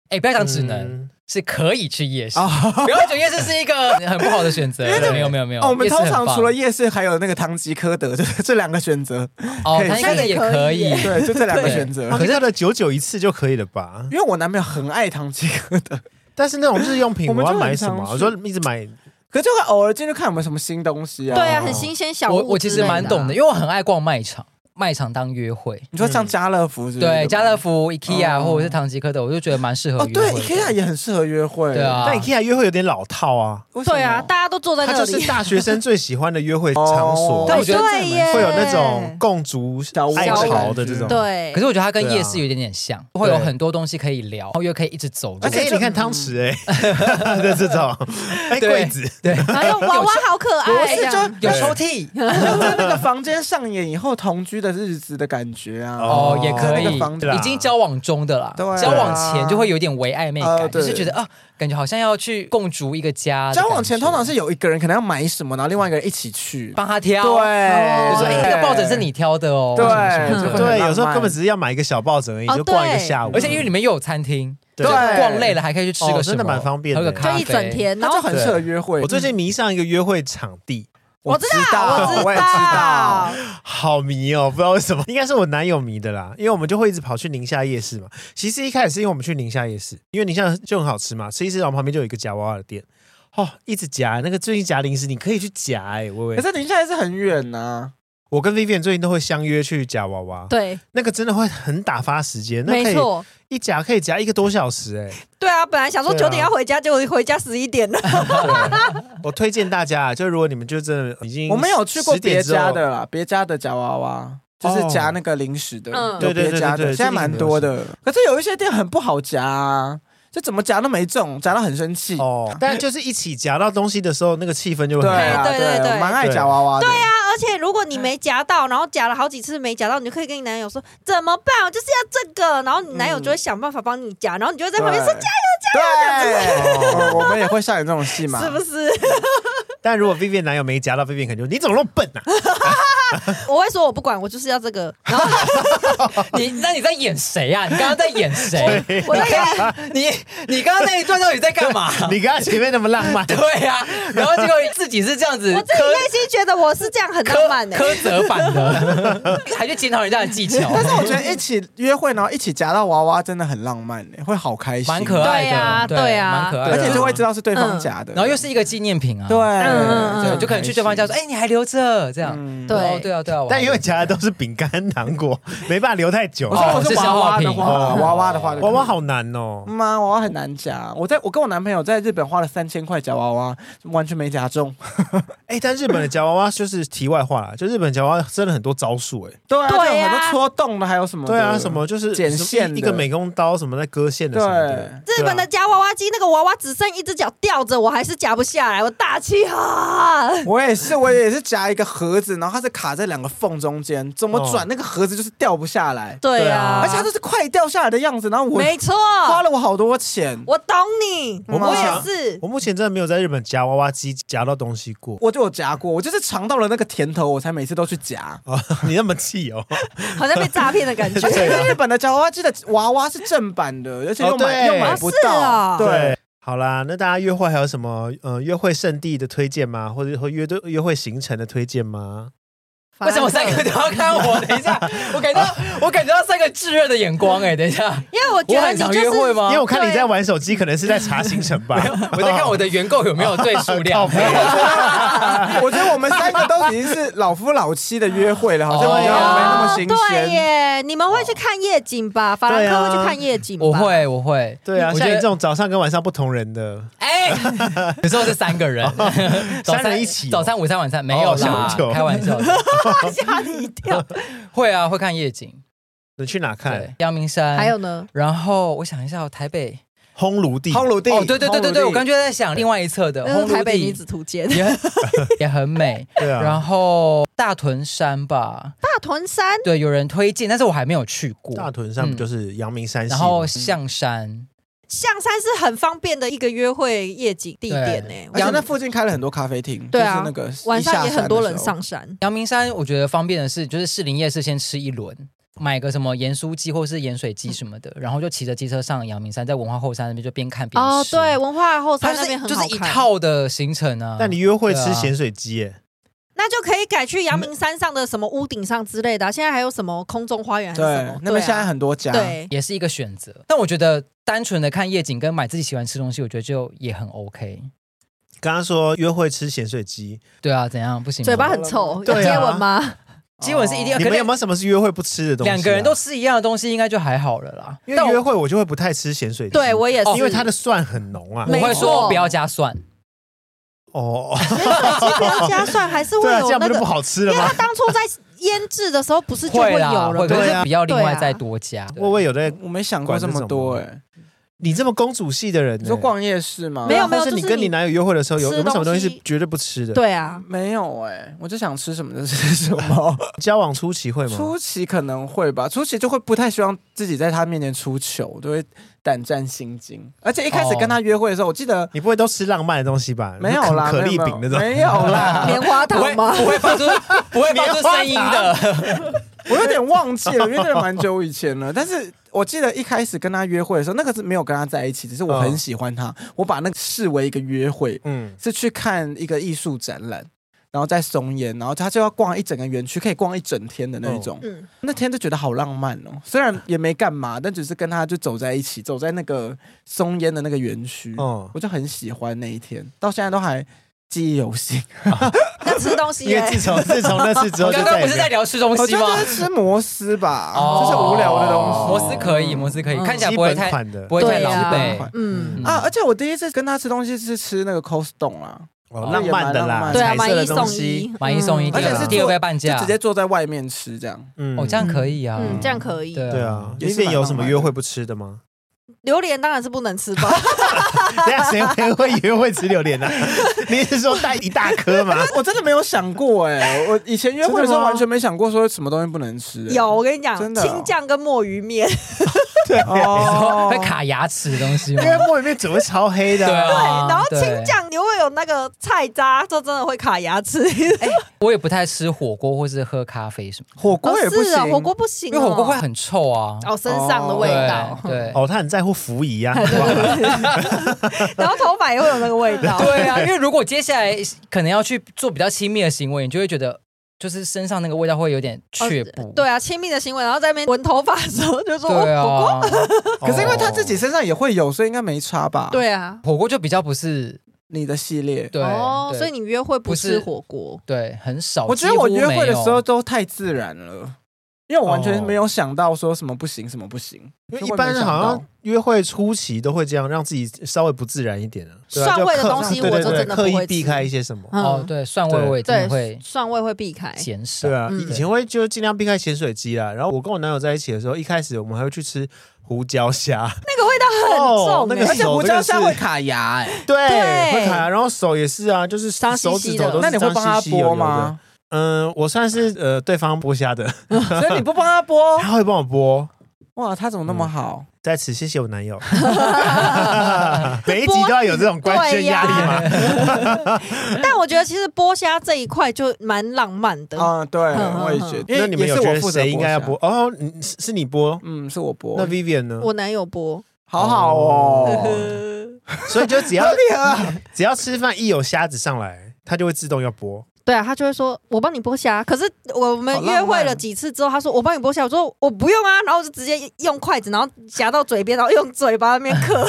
Speaker 5: 哎、不要讲只能，
Speaker 2: 嗯
Speaker 5: 是可以去夜市。
Speaker 4: 啊。
Speaker 5: 不要觉得夜市是一个很不好的选择，没有没有没有。
Speaker 4: 哦，我们
Speaker 5: 哦夜市
Speaker 4: 通
Speaker 5: 很
Speaker 4: 常
Speaker 5: 棒
Speaker 4: 除了夜市，还有那个唐吉诃德， 这这两个选择。
Speaker 5: 哦
Speaker 4: 可，以
Speaker 5: 他应该也可以。
Speaker 4: 对，就这两个
Speaker 5: 对哦
Speaker 4: 选择
Speaker 2: 嗯可。是他的九九一次就可以了吧？
Speaker 4: 因为我男朋友很爱唐吉诃德，
Speaker 2: 但是那种日用品
Speaker 4: 我
Speaker 2: 我
Speaker 4: 们
Speaker 2: 要
Speaker 4: 就很
Speaker 2: 买什
Speaker 4: 常
Speaker 2: 么啊？
Speaker 4: 去
Speaker 2: 我说一直买，
Speaker 4: 可是就会偶尔进去看有没有什么新东西啊。
Speaker 3: 对啊，很新鲜小物
Speaker 5: 我我其
Speaker 3: 之
Speaker 5: 实
Speaker 3: 类
Speaker 5: 蛮懂
Speaker 3: 啊
Speaker 5: 的，因为我很爱逛卖场，卖场当约会。
Speaker 4: 你说像家乐福之类的吗
Speaker 5: 对，家乐福、IKEA
Speaker 4: 哦
Speaker 5: 或者是唐吉诃德，我就觉得蛮适合
Speaker 4: 哦，
Speaker 5: 约
Speaker 4: 对
Speaker 5: 会的。
Speaker 4: ，IKEA 也很适合约会。
Speaker 5: 对啊，
Speaker 2: 但 IKEA 约会有点老套啊。
Speaker 4: 为什么，
Speaker 3: 对啊，大家都坐在
Speaker 2: 它
Speaker 3: 那
Speaker 2: 就是
Speaker 3: 里，
Speaker 2: 大学生最喜欢的约会场所，
Speaker 4: 哦
Speaker 5: 但我觉得
Speaker 3: 对耶，
Speaker 2: 会有那种共足
Speaker 4: 小屋
Speaker 2: 爱巢的这种。
Speaker 3: 对，
Speaker 5: 可是我觉得它跟
Speaker 2: 对啊
Speaker 5: 夜市有点点像，会有很多东西可以聊，然后又可以一直走。
Speaker 2: 而且
Speaker 5: 就是
Speaker 2: 你看汤匙哎，
Speaker 4: 欸
Speaker 2: 的这 种哎
Speaker 5: 对
Speaker 2: 柜子，
Speaker 5: 对，
Speaker 3: 然后娃娃好可
Speaker 4: 不
Speaker 5: 哎
Speaker 3: 爱，
Speaker 4: 是
Speaker 3: 这
Speaker 4: 就
Speaker 3: 样
Speaker 5: 有抽屉，
Speaker 2: 哦
Speaker 4: 就在那个房间上演以后同居的日子的感觉啊。
Speaker 5: 哦，也可
Speaker 4: 在那个房子
Speaker 5: 以，
Speaker 2: 啦
Speaker 5: 已经交往中的啦，
Speaker 4: 对啊
Speaker 5: 交往前就会有点为暧昧
Speaker 4: 呃
Speaker 5: 感，
Speaker 4: 对
Speaker 5: 就是觉得啊，感觉好像要去共筑一个家的感觉。
Speaker 4: 交往前通常是有一个人可能要买什么，然后另外一个人一起去。
Speaker 2: 哦
Speaker 5: 帮他挑，
Speaker 4: 对，
Speaker 5: 就说
Speaker 4: 说
Speaker 5: 哎，那个抱枕是你挑的哦，
Speaker 4: 对
Speaker 5: 什么什么
Speaker 4: 就会
Speaker 5: 的
Speaker 2: 对，
Speaker 4: 很浪
Speaker 2: 有时候根本
Speaker 4: 漫
Speaker 2: 只是要买一个小抱枕而已，
Speaker 3: 哦
Speaker 2: 就逛一个
Speaker 3: 对
Speaker 2: 下午。
Speaker 5: 而且因为里面又有餐厅，
Speaker 2: 对
Speaker 5: 就逛累了还可以去吃个
Speaker 2: 哦
Speaker 5: 什
Speaker 2: 真
Speaker 5: 么，
Speaker 2: 的蛮方便的
Speaker 5: 喝个咖
Speaker 3: 就
Speaker 5: 啡，
Speaker 3: 一整。天，
Speaker 4: 那
Speaker 3: 然后
Speaker 4: 就很适合约会。
Speaker 2: 我最近迷上一个约会场地，
Speaker 4: 我知道，
Speaker 3: 我
Speaker 4: 我也知道，
Speaker 2: 好迷哦，不知道为什么，应该是我男友迷的啦，因为我们就会一直跑去宁夏夜市嘛。其实一开始是因为我们去宁夏夜市，因为宁夏就很好吃嘛，吃一吃，然后旁边就有一个夹娃娃的店，哦，一直夹那个最近夹零食，你可以去夹哎、微
Speaker 4: 可
Speaker 2: 微。
Speaker 4: 是宁夏也是很远呐。
Speaker 2: 我跟 Vivian 最近都会相约去夹娃娃，
Speaker 3: 对，
Speaker 2: 那个真的会很打发时间，那可
Speaker 3: 没
Speaker 2: 以
Speaker 3: 错，
Speaker 2: 一夹可以夹一个多小时哎、
Speaker 3: 对啊， 本来想说
Speaker 2: 对啊
Speaker 3: 九点要回家，结果回家十一点了，
Speaker 2: 我推荐大家，啊，就如果你们就真的已经
Speaker 4: 我们有去过
Speaker 2: 10点
Speaker 4: 别
Speaker 2: 之后
Speaker 4: 家的啦，别家的夹娃娃。就是夹那个零食的，
Speaker 5: 哦
Speaker 3: 嗯
Speaker 4: 有
Speaker 2: 对对
Speaker 4: 别家
Speaker 2: 对对
Speaker 4: 的，
Speaker 2: 对
Speaker 4: 现在蛮多的。可是有一些店很不好夹啊，就怎么夹都没中，夹到很生气。
Speaker 2: 哦，但就是一起夹到东西的时候，那个气氛就会
Speaker 4: 对
Speaker 2: 很好。
Speaker 4: 啊
Speaker 5: 哎
Speaker 3: 对对对
Speaker 4: 我蛮爱夹娃娃的。对呀，
Speaker 3: 而且如果你没夹到，然后夹了好几次没夹到，你就可以跟你男友说怎么办？我就是要这个，然后你男友就会想办法帮你夹，然后你就会在旁边说
Speaker 4: 加油加油。对，我我们也会上演这种戏嘛。
Speaker 3: 是不是？
Speaker 2: 但如果 Vivian 男友没夹到，Vivian 可能就你怎么那么笨 啊？
Speaker 3: 我会说我不管，我就是要这个，然后
Speaker 5: 你那你在演谁啊？你刚刚在 演谁？
Speaker 3: 我在演
Speaker 5: 你你刚刚那一段到底在 干嘛？，
Speaker 2: 你刚刚前面那么浪漫
Speaker 5: 对呀、然后结果自己是这样子
Speaker 3: 我自己内心觉得我是这样很浪漫欸
Speaker 5: 苛
Speaker 3: 的、
Speaker 5: 苛责版的，还去检讨人家的技 巧，
Speaker 4: 但是我觉得一起约会，然后一起夹到娃娃，真的很浪漫诶，会好开心，
Speaker 5: 蛮可爱的，
Speaker 3: 对啊对啊
Speaker 5: 蛮可爱的，
Speaker 4: 而且就会知道是对
Speaker 3: 嗯
Speaker 4: 方夹的，
Speaker 5: 然后又是一个纪念品啊，
Speaker 4: 对，
Speaker 3: 嗯
Speaker 5: 对，
Speaker 4: 很
Speaker 5: 就可能去对方家说，
Speaker 4: 开
Speaker 5: 哎，
Speaker 4: 心，
Speaker 5: 你还留着这样，
Speaker 4: 嗯
Speaker 3: 对
Speaker 5: 哦对啊对啊，我还
Speaker 2: 但因为夹的都是饼干糖 果，没办法留太久
Speaker 4: 我
Speaker 5: 哦
Speaker 4: 说我
Speaker 5: 是
Speaker 4: 是娃
Speaker 5: 消耗
Speaker 4: 娃的
Speaker 5: 品
Speaker 4: 话，
Speaker 2: 哦
Speaker 4: 娃娃的话就可以，
Speaker 2: 娃娃好难哦。
Speaker 4: 妈，娃娃很难夹。我在我跟我男朋友在日本花了三千块夹娃娃，完全没夹中。
Speaker 2: 哎，但日本的夹娃娃就是题外话啦，就日本夹娃娃真的很多招数哎。
Speaker 4: 对啊，
Speaker 3: 对啊
Speaker 4: 就有很多戳洞的，还有什么的？
Speaker 2: 对啊，什么就是
Speaker 4: 嗯剪
Speaker 2: 什么一
Speaker 4: 线的
Speaker 2: 一个美工刀什么在割线的什么的。
Speaker 3: 日本的夹娃娃机，那个娃娃只剩一只脚吊着，我还是夹不下来，我大气啊！
Speaker 4: 我也是，我也是夹一个盒子，然后它是卡在两个缝中间，怎么转
Speaker 2: 哦
Speaker 4: 那个盒子就是掉不下来，
Speaker 3: 对啊，
Speaker 2: 啊
Speaker 4: 而且它都是快掉下来的样子。然后我
Speaker 3: 没错，
Speaker 4: 花了我好多钱，
Speaker 3: 我懂你，
Speaker 4: 我
Speaker 3: 我
Speaker 4: 不
Speaker 3: 也
Speaker 2: 想
Speaker 3: 是
Speaker 2: 我。目前真的没有在日本夹娃娃机夹到东西 过。
Speaker 4: 我就有夹过，我就是尝到了那个甜头，我才每次都去夹。
Speaker 2: 哦，你那么气 哦？
Speaker 3: 好像被诈骗的感觉。
Speaker 2: 对啊
Speaker 4: 日本的夹娃娃机的娃娃是正版的，而且又
Speaker 2: 哦
Speaker 4: 买、
Speaker 2: 对
Speaker 4: 又买不到。
Speaker 3: 啊是
Speaker 4: 对，，
Speaker 2: 好啦，那大家约会还有什么呃约会圣地的推荐吗？或者或约对约会行程的推荐吗？
Speaker 5: 为什么三个都要看我？等一下，我感觉到 我感觉到三个炙热的眼光哎、等一下，
Speaker 3: 因为我觉
Speaker 5: 我
Speaker 3: 得
Speaker 5: 很
Speaker 3: 你
Speaker 5: 常
Speaker 3: 就
Speaker 5: 约会
Speaker 3: 是
Speaker 5: 吗？
Speaker 2: 因为 我看你
Speaker 3: 对
Speaker 2: 在玩手机，可能是在查行程吧。
Speaker 5: 啊 我在看我的原购有没有对数量
Speaker 2: 靠。背
Speaker 4: 我觉得我们三个都已经是老夫老妻的约会了，好像
Speaker 5: 哦
Speaker 4: 没有没那么
Speaker 3: 哦，
Speaker 4: 新
Speaker 3: 对
Speaker 4: 鲜。哦
Speaker 3: 耶，你们会去看夜景吧？法兰
Speaker 2: 对
Speaker 3: 克
Speaker 2: 啊
Speaker 3: 会去看夜景吧？
Speaker 5: 我。会，我会。
Speaker 2: 对啊，
Speaker 5: 我
Speaker 2: 像
Speaker 5: 觉
Speaker 2: 你
Speaker 5: 得
Speaker 2: 这种早上跟晚上不同人的，
Speaker 5: 哎， 有时候是三个人， 早
Speaker 2: 哦三
Speaker 5: 餐
Speaker 2: 人一起哦
Speaker 5: 早餐、午餐、晚餐没有
Speaker 2: 哦吓我
Speaker 5: 啦
Speaker 2: 一跳，
Speaker 5: 开玩笑的。
Speaker 3: 吓你一跳！
Speaker 5: 会啊，会看夜景，
Speaker 2: 你去哪
Speaker 5: 对
Speaker 2: 看？，
Speaker 5: 阳明 山，
Speaker 3: 还有，呢？
Speaker 5: 然后我想一下哦，台北，
Speaker 2: 烘炉地，
Speaker 4: 烘炉地
Speaker 5: 哦，对对对对对，我刚
Speaker 4: 觉
Speaker 5: 就在想另外一侧
Speaker 4: 哎
Speaker 5: 的
Speaker 3: 那
Speaker 5: 红
Speaker 3: 是台
Speaker 5: 炉
Speaker 3: 北女
Speaker 5: 地
Speaker 3: 子图鉴，
Speaker 5: 也很也很美，
Speaker 2: 对啊，
Speaker 5: 然后大屯山吧，
Speaker 3: 大屯山
Speaker 5: 对，有人推荐，但是我还没有去过。
Speaker 2: 大屯山不就是阳明山系吗？
Speaker 5: 嗯然后象山，
Speaker 3: 象山是很方便的一个约会夜景地点呢、
Speaker 4: 而且那附近开了很多咖啡厅，
Speaker 3: 对啊
Speaker 4: 就是那个
Speaker 3: 晚上也
Speaker 4: 一下山的时候
Speaker 3: 很多人。上山。
Speaker 5: 阳明山，我觉得方便的是，就是士林夜市先吃一轮，买个什么盐酥鸡或是盐水鸡什么的，
Speaker 3: 嗯
Speaker 5: 然后就骑着机车上阳明山，在文化后山那边就边看边吃。
Speaker 3: 哦，对，，文化后
Speaker 5: 它
Speaker 3: 山
Speaker 5: 就
Speaker 3: 那边
Speaker 5: 是
Speaker 3: 很
Speaker 5: 就
Speaker 3: 好
Speaker 5: 是
Speaker 3: 看，
Speaker 5: 一套的行程啊。
Speaker 2: 但你约会吃
Speaker 5: 对啊
Speaker 2: 咸水鸡耶？
Speaker 3: 那就可以改去阳明山上的什么屋顶上之类的啊、现在还有什么空中花园还是什
Speaker 4: 对
Speaker 3: 么？，
Speaker 4: 那边现在很多家。
Speaker 3: 对啊、，对
Speaker 5: 也是一个选择，但我觉得单纯的看夜景跟买自己喜欢吃东西，我觉得就也很 OK。
Speaker 2: 刚刚说约会吃咸水鸡，
Speaker 5: 对啊，怎样不行吗？
Speaker 3: 嘴巴很臭，
Speaker 2: 对
Speaker 3: 有
Speaker 2: 啊
Speaker 3: 接吻吗？
Speaker 5: 接吻是一定要，
Speaker 4: 哦
Speaker 2: 你
Speaker 5: 啊可
Speaker 2: 们有
Speaker 5: 能
Speaker 2: 没有什么是约会不吃的东西啊？
Speaker 5: 两个人都吃一样的东西，应该就还好了啦。
Speaker 2: 因
Speaker 5: 但
Speaker 2: 为
Speaker 5: 我
Speaker 2: 约会我就会不太吃咸水鸡，
Speaker 3: 对我也是，
Speaker 2: 因为它的蒜很浓啊。
Speaker 3: 没
Speaker 5: 我会
Speaker 3: 错
Speaker 5: 说不要加蒜，
Speaker 2: 哦，
Speaker 3: 其实不要加蒜还是会
Speaker 2: 对啊，
Speaker 3: 有
Speaker 2: 这样
Speaker 3: 那
Speaker 2: 不就
Speaker 3: 个
Speaker 2: 不，好吃
Speaker 3: 因
Speaker 2: 了
Speaker 3: 为
Speaker 2: 吗
Speaker 3: 它？当初在腌制的时候不是就
Speaker 5: 会啦，
Speaker 3: 有了
Speaker 5: 会，
Speaker 3: 吗
Speaker 5: 可？
Speaker 2: 对
Speaker 5: 是
Speaker 2: 啊
Speaker 5: 不要另外
Speaker 3: 对啊
Speaker 5: 再多加。
Speaker 2: 我我有在
Speaker 4: 我没想过这么多哎、
Speaker 2: 你这么公主系的人呢，
Speaker 4: 你说逛夜市吗？
Speaker 3: 没有没有
Speaker 2: 啊或是
Speaker 3: 就
Speaker 2: 你
Speaker 3: 是
Speaker 2: 跟你
Speaker 3: 你
Speaker 2: 男友约会的时候，有有
Speaker 3: 吃
Speaker 2: 没有什么东西
Speaker 3: 东
Speaker 2: 是
Speaker 3: 西
Speaker 2: 绝对不吃的？，
Speaker 3: 对啊，
Speaker 4: 没有哎、我就想吃什么就吃 什么。
Speaker 2: 交往初期会吗？
Speaker 4: 初期可能会吧，初期就会不太希望自己在他面前出糗，就会胆战心惊。而且一开始跟他约会的时候，我记得
Speaker 2: 你不会都吃浪漫的东西吧？
Speaker 4: 没有啦，
Speaker 2: 可哦可
Speaker 4: 没
Speaker 2: 丽
Speaker 4: 有
Speaker 2: 饼那种，
Speaker 4: 没有 啦，
Speaker 3: 棉花
Speaker 5: 不会
Speaker 3: 糖吗？
Speaker 5: 不会发出不会发出声音的，
Speaker 4: 我有点忘记了，因为那个蛮久以前了。但是我记得一开始跟他约会的时候，那个是没有跟他在一起，只是
Speaker 2: 哦
Speaker 4: 我很喜欢他，我把那个视为一个约会，
Speaker 2: 嗯，
Speaker 4: 是去看一个艺术展览。然后在松烟，然后他就要逛一整个园区，可以逛一整天的那一种。
Speaker 3: 嗯，
Speaker 4: 那天就觉得好浪漫哦，虽然也没干嘛，但只是跟他就走在一起，走在那个松烟的那个园区，
Speaker 5: 嗯
Speaker 2: 哦
Speaker 4: 我就很喜欢那一天，到现在都还记忆犹 新。
Speaker 3: 那吃东西欸
Speaker 2: 因为
Speaker 3: 耶
Speaker 2: 自从自从那次之后，就
Speaker 5: 刚
Speaker 2: 再
Speaker 5: 刚
Speaker 2: 也没
Speaker 5: 不是
Speaker 2: 有
Speaker 5: 在聊吃东
Speaker 4: 我
Speaker 5: 西
Speaker 4: 觉得
Speaker 5: 吗
Speaker 4: 就？是吃摩斯吧，
Speaker 5: 哦
Speaker 4: 就是无聊的东
Speaker 5: 摩
Speaker 4: 西。
Speaker 5: 斯可以，摩斯可以，
Speaker 3: 嗯
Speaker 5: 看起来
Speaker 2: 基
Speaker 5: 不会
Speaker 2: 本
Speaker 5: 太
Speaker 2: 款的
Speaker 5: 不会太
Speaker 3: 对
Speaker 5: 狼
Speaker 3: 啊
Speaker 5: 狈。
Speaker 3: 嗯，
Speaker 4: 啊，而且我第一次跟他吃东西是吃那个 Costco 啊，
Speaker 2: 哦
Speaker 5: 哦
Speaker 2: 浪漫的啦，
Speaker 4: 也
Speaker 3: 对啊，
Speaker 2: 彩
Speaker 3: 买
Speaker 2: 色
Speaker 3: 一嗯
Speaker 2: 的东
Speaker 3: 送
Speaker 2: 西
Speaker 3: 一，，
Speaker 5: 买一送一，
Speaker 4: 而且
Speaker 5: 对啊
Speaker 4: 是
Speaker 5: 第二
Speaker 4: 做
Speaker 5: 杯半
Speaker 4: 就
Speaker 5: 价，
Speaker 4: 直接坐在外面吃这样。
Speaker 2: 嗯
Speaker 5: 哦，这样可以啊，
Speaker 3: 嗯，这样可以。
Speaker 2: 对啊。
Speaker 4: 也
Speaker 2: 你
Speaker 4: 是
Speaker 2: 们有
Speaker 4: 蛮
Speaker 2: 什么
Speaker 4: 浪漫
Speaker 2: 约
Speaker 4: 的
Speaker 2: 会不吃的吗？
Speaker 3: 榴莲当然是不能吃吧？
Speaker 2: 等一下谁谁会约会吃榴莲呢？ 你是说带一大颗 吗？
Speaker 4: 我真的没有想过哎、我以前约会的
Speaker 3: 真
Speaker 4: 时候
Speaker 3: 的吗
Speaker 4: 完全没想过说什么东西不能吃、 欸。
Speaker 3: 有，我跟你讲
Speaker 4: 真，的哦
Speaker 3: 青酱跟墨鱼面，
Speaker 4: 哦，
Speaker 5: 会卡牙齿的东西吗
Speaker 2: 因？为墨鱼面怎么会超黑的
Speaker 5: 对
Speaker 2: 啊？
Speaker 5: 啊，
Speaker 3: 然后
Speaker 5: 对
Speaker 3: 青酱你会有那个菜渣，这真的会卡牙齿。
Speaker 5: 我也不太吃火锅或是喝咖啡什么，
Speaker 4: 火锅也不
Speaker 3: 是
Speaker 4: 行，
Speaker 3: 啊，火锅不行
Speaker 5: 因
Speaker 3: 哦，
Speaker 5: 为火锅会很臭啊，
Speaker 3: 哦身上的味道，
Speaker 5: 对。对
Speaker 2: 哦，他很在乎服仪啊。
Speaker 3: 然后头发也会有那个味 道。
Speaker 5: 对啊，因为如果接下来可能要去做比较亲密的行为，你就会觉得就是身上那个味道会有点却步。
Speaker 3: 对啊，亲密的行为，然后在那边闻头发的时候就说
Speaker 5: 对
Speaker 3: 哦
Speaker 5: 啊，
Speaker 4: 可是因为
Speaker 2: 哦
Speaker 4: 他自己身上也会有，所以应该没差吧？，
Speaker 3: 对啊，
Speaker 5: 火锅就比较不是
Speaker 4: 你的系列。
Speaker 5: 对
Speaker 3: 哦，
Speaker 5: 对
Speaker 3: 所以你约会不
Speaker 5: 不
Speaker 3: 吃
Speaker 5: 是
Speaker 3: 火锅，
Speaker 5: 对很少。
Speaker 4: 我觉得我
Speaker 5: 几乎
Speaker 4: 约会的
Speaker 5: 没有
Speaker 4: 时候都太自然了，因为我完全
Speaker 2: 哦
Speaker 4: 没有想到说什么不行，什么不行。
Speaker 2: 因为
Speaker 4: 就
Speaker 2: 一
Speaker 4: 会
Speaker 2: 般
Speaker 4: 没
Speaker 2: 人
Speaker 4: 想
Speaker 2: 好
Speaker 4: 到
Speaker 2: 像约会初期都会这样，让自己稍微不自然一点啊。对啊
Speaker 3: 蒜
Speaker 2: 就
Speaker 3: 味的
Speaker 2: 刻
Speaker 3: 东西
Speaker 2: 对
Speaker 3: 我
Speaker 2: 对
Speaker 3: 就
Speaker 2: 对
Speaker 3: 真的
Speaker 2: 刻
Speaker 3: 不
Speaker 2: 意
Speaker 3: 会
Speaker 2: 避
Speaker 3: 吃
Speaker 2: 开一些什么。
Speaker 4: 嗯
Speaker 5: 哦，对蒜味我也真的
Speaker 3: 嗯对
Speaker 5: 会，
Speaker 3: 蒜味会避开，
Speaker 5: 减少
Speaker 2: 对。啊，
Speaker 3: 嗯
Speaker 2: 以前会就尽量避开咸水鸡啦。然后我跟我男友在一起的时候，一开始我们还会去吃胡椒虾，
Speaker 3: 那个味道很
Speaker 2: 哦
Speaker 3: 重
Speaker 2: 那个
Speaker 3: 欸
Speaker 4: 而且
Speaker 2: 手
Speaker 4: 胡
Speaker 2: 这个
Speaker 4: 椒虾
Speaker 2: 是
Speaker 4: 会卡牙哎、
Speaker 2: 对，
Speaker 3: 对
Speaker 2: 会卡，然后手也是啊，就是
Speaker 3: 脏兮
Speaker 2: 手指
Speaker 3: 兮
Speaker 2: 头
Speaker 3: 的
Speaker 2: 都是
Speaker 4: 那你会
Speaker 2: 脏
Speaker 4: 帮他
Speaker 2: 兮兮油
Speaker 4: 剥
Speaker 2: 油的
Speaker 4: 吗？？
Speaker 2: 嗯，我算是呃对方剥虾的，
Speaker 4: 所以你不帮他剥，
Speaker 2: 他会帮我剥。
Speaker 4: 哇，他怎么那
Speaker 2: 嗯
Speaker 4: 么好？
Speaker 2: 在此谢谢我男友，啊
Speaker 3: 欸
Speaker 2: 每一集都要有这种官宣压力吗？
Speaker 3: 但我觉得其实剥虾这一块就蛮浪漫的，
Speaker 2: 哦
Speaker 4: 啊、对，
Speaker 3: 嗯嗯
Speaker 4: 我也觉得，因
Speaker 2: 那
Speaker 4: 为
Speaker 2: 你们
Speaker 4: 也
Speaker 2: 有
Speaker 4: 是
Speaker 2: 觉
Speaker 4: 我
Speaker 2: 得
Speaker 4: 负责
Speaker 2: 谁应该要
Speaker 4: 虾
Speaker 2: 剥？？哦，你是是你剥，
Speaker 4: 嗯，是我剥
Speaker 2: 那，Vivian 呢？
Speaker 3: 我男友剥，
Speaker 4: 好好哦。
Speaker 3: 呃
Speaker 2: 所以就只要
Speaker 4: 何必啊？
Speaker 2: 只要吃饭一有虾子上来，它就会自动要剥。
Speaker 3: 对啊，他就会说我帮你剥虾，可是我们约会了几次之后，他说我帮你剥虾，我说我不用啊，然后我就直接用筷子，然后夹到嘴边，然后用嘴巴那边 嗑，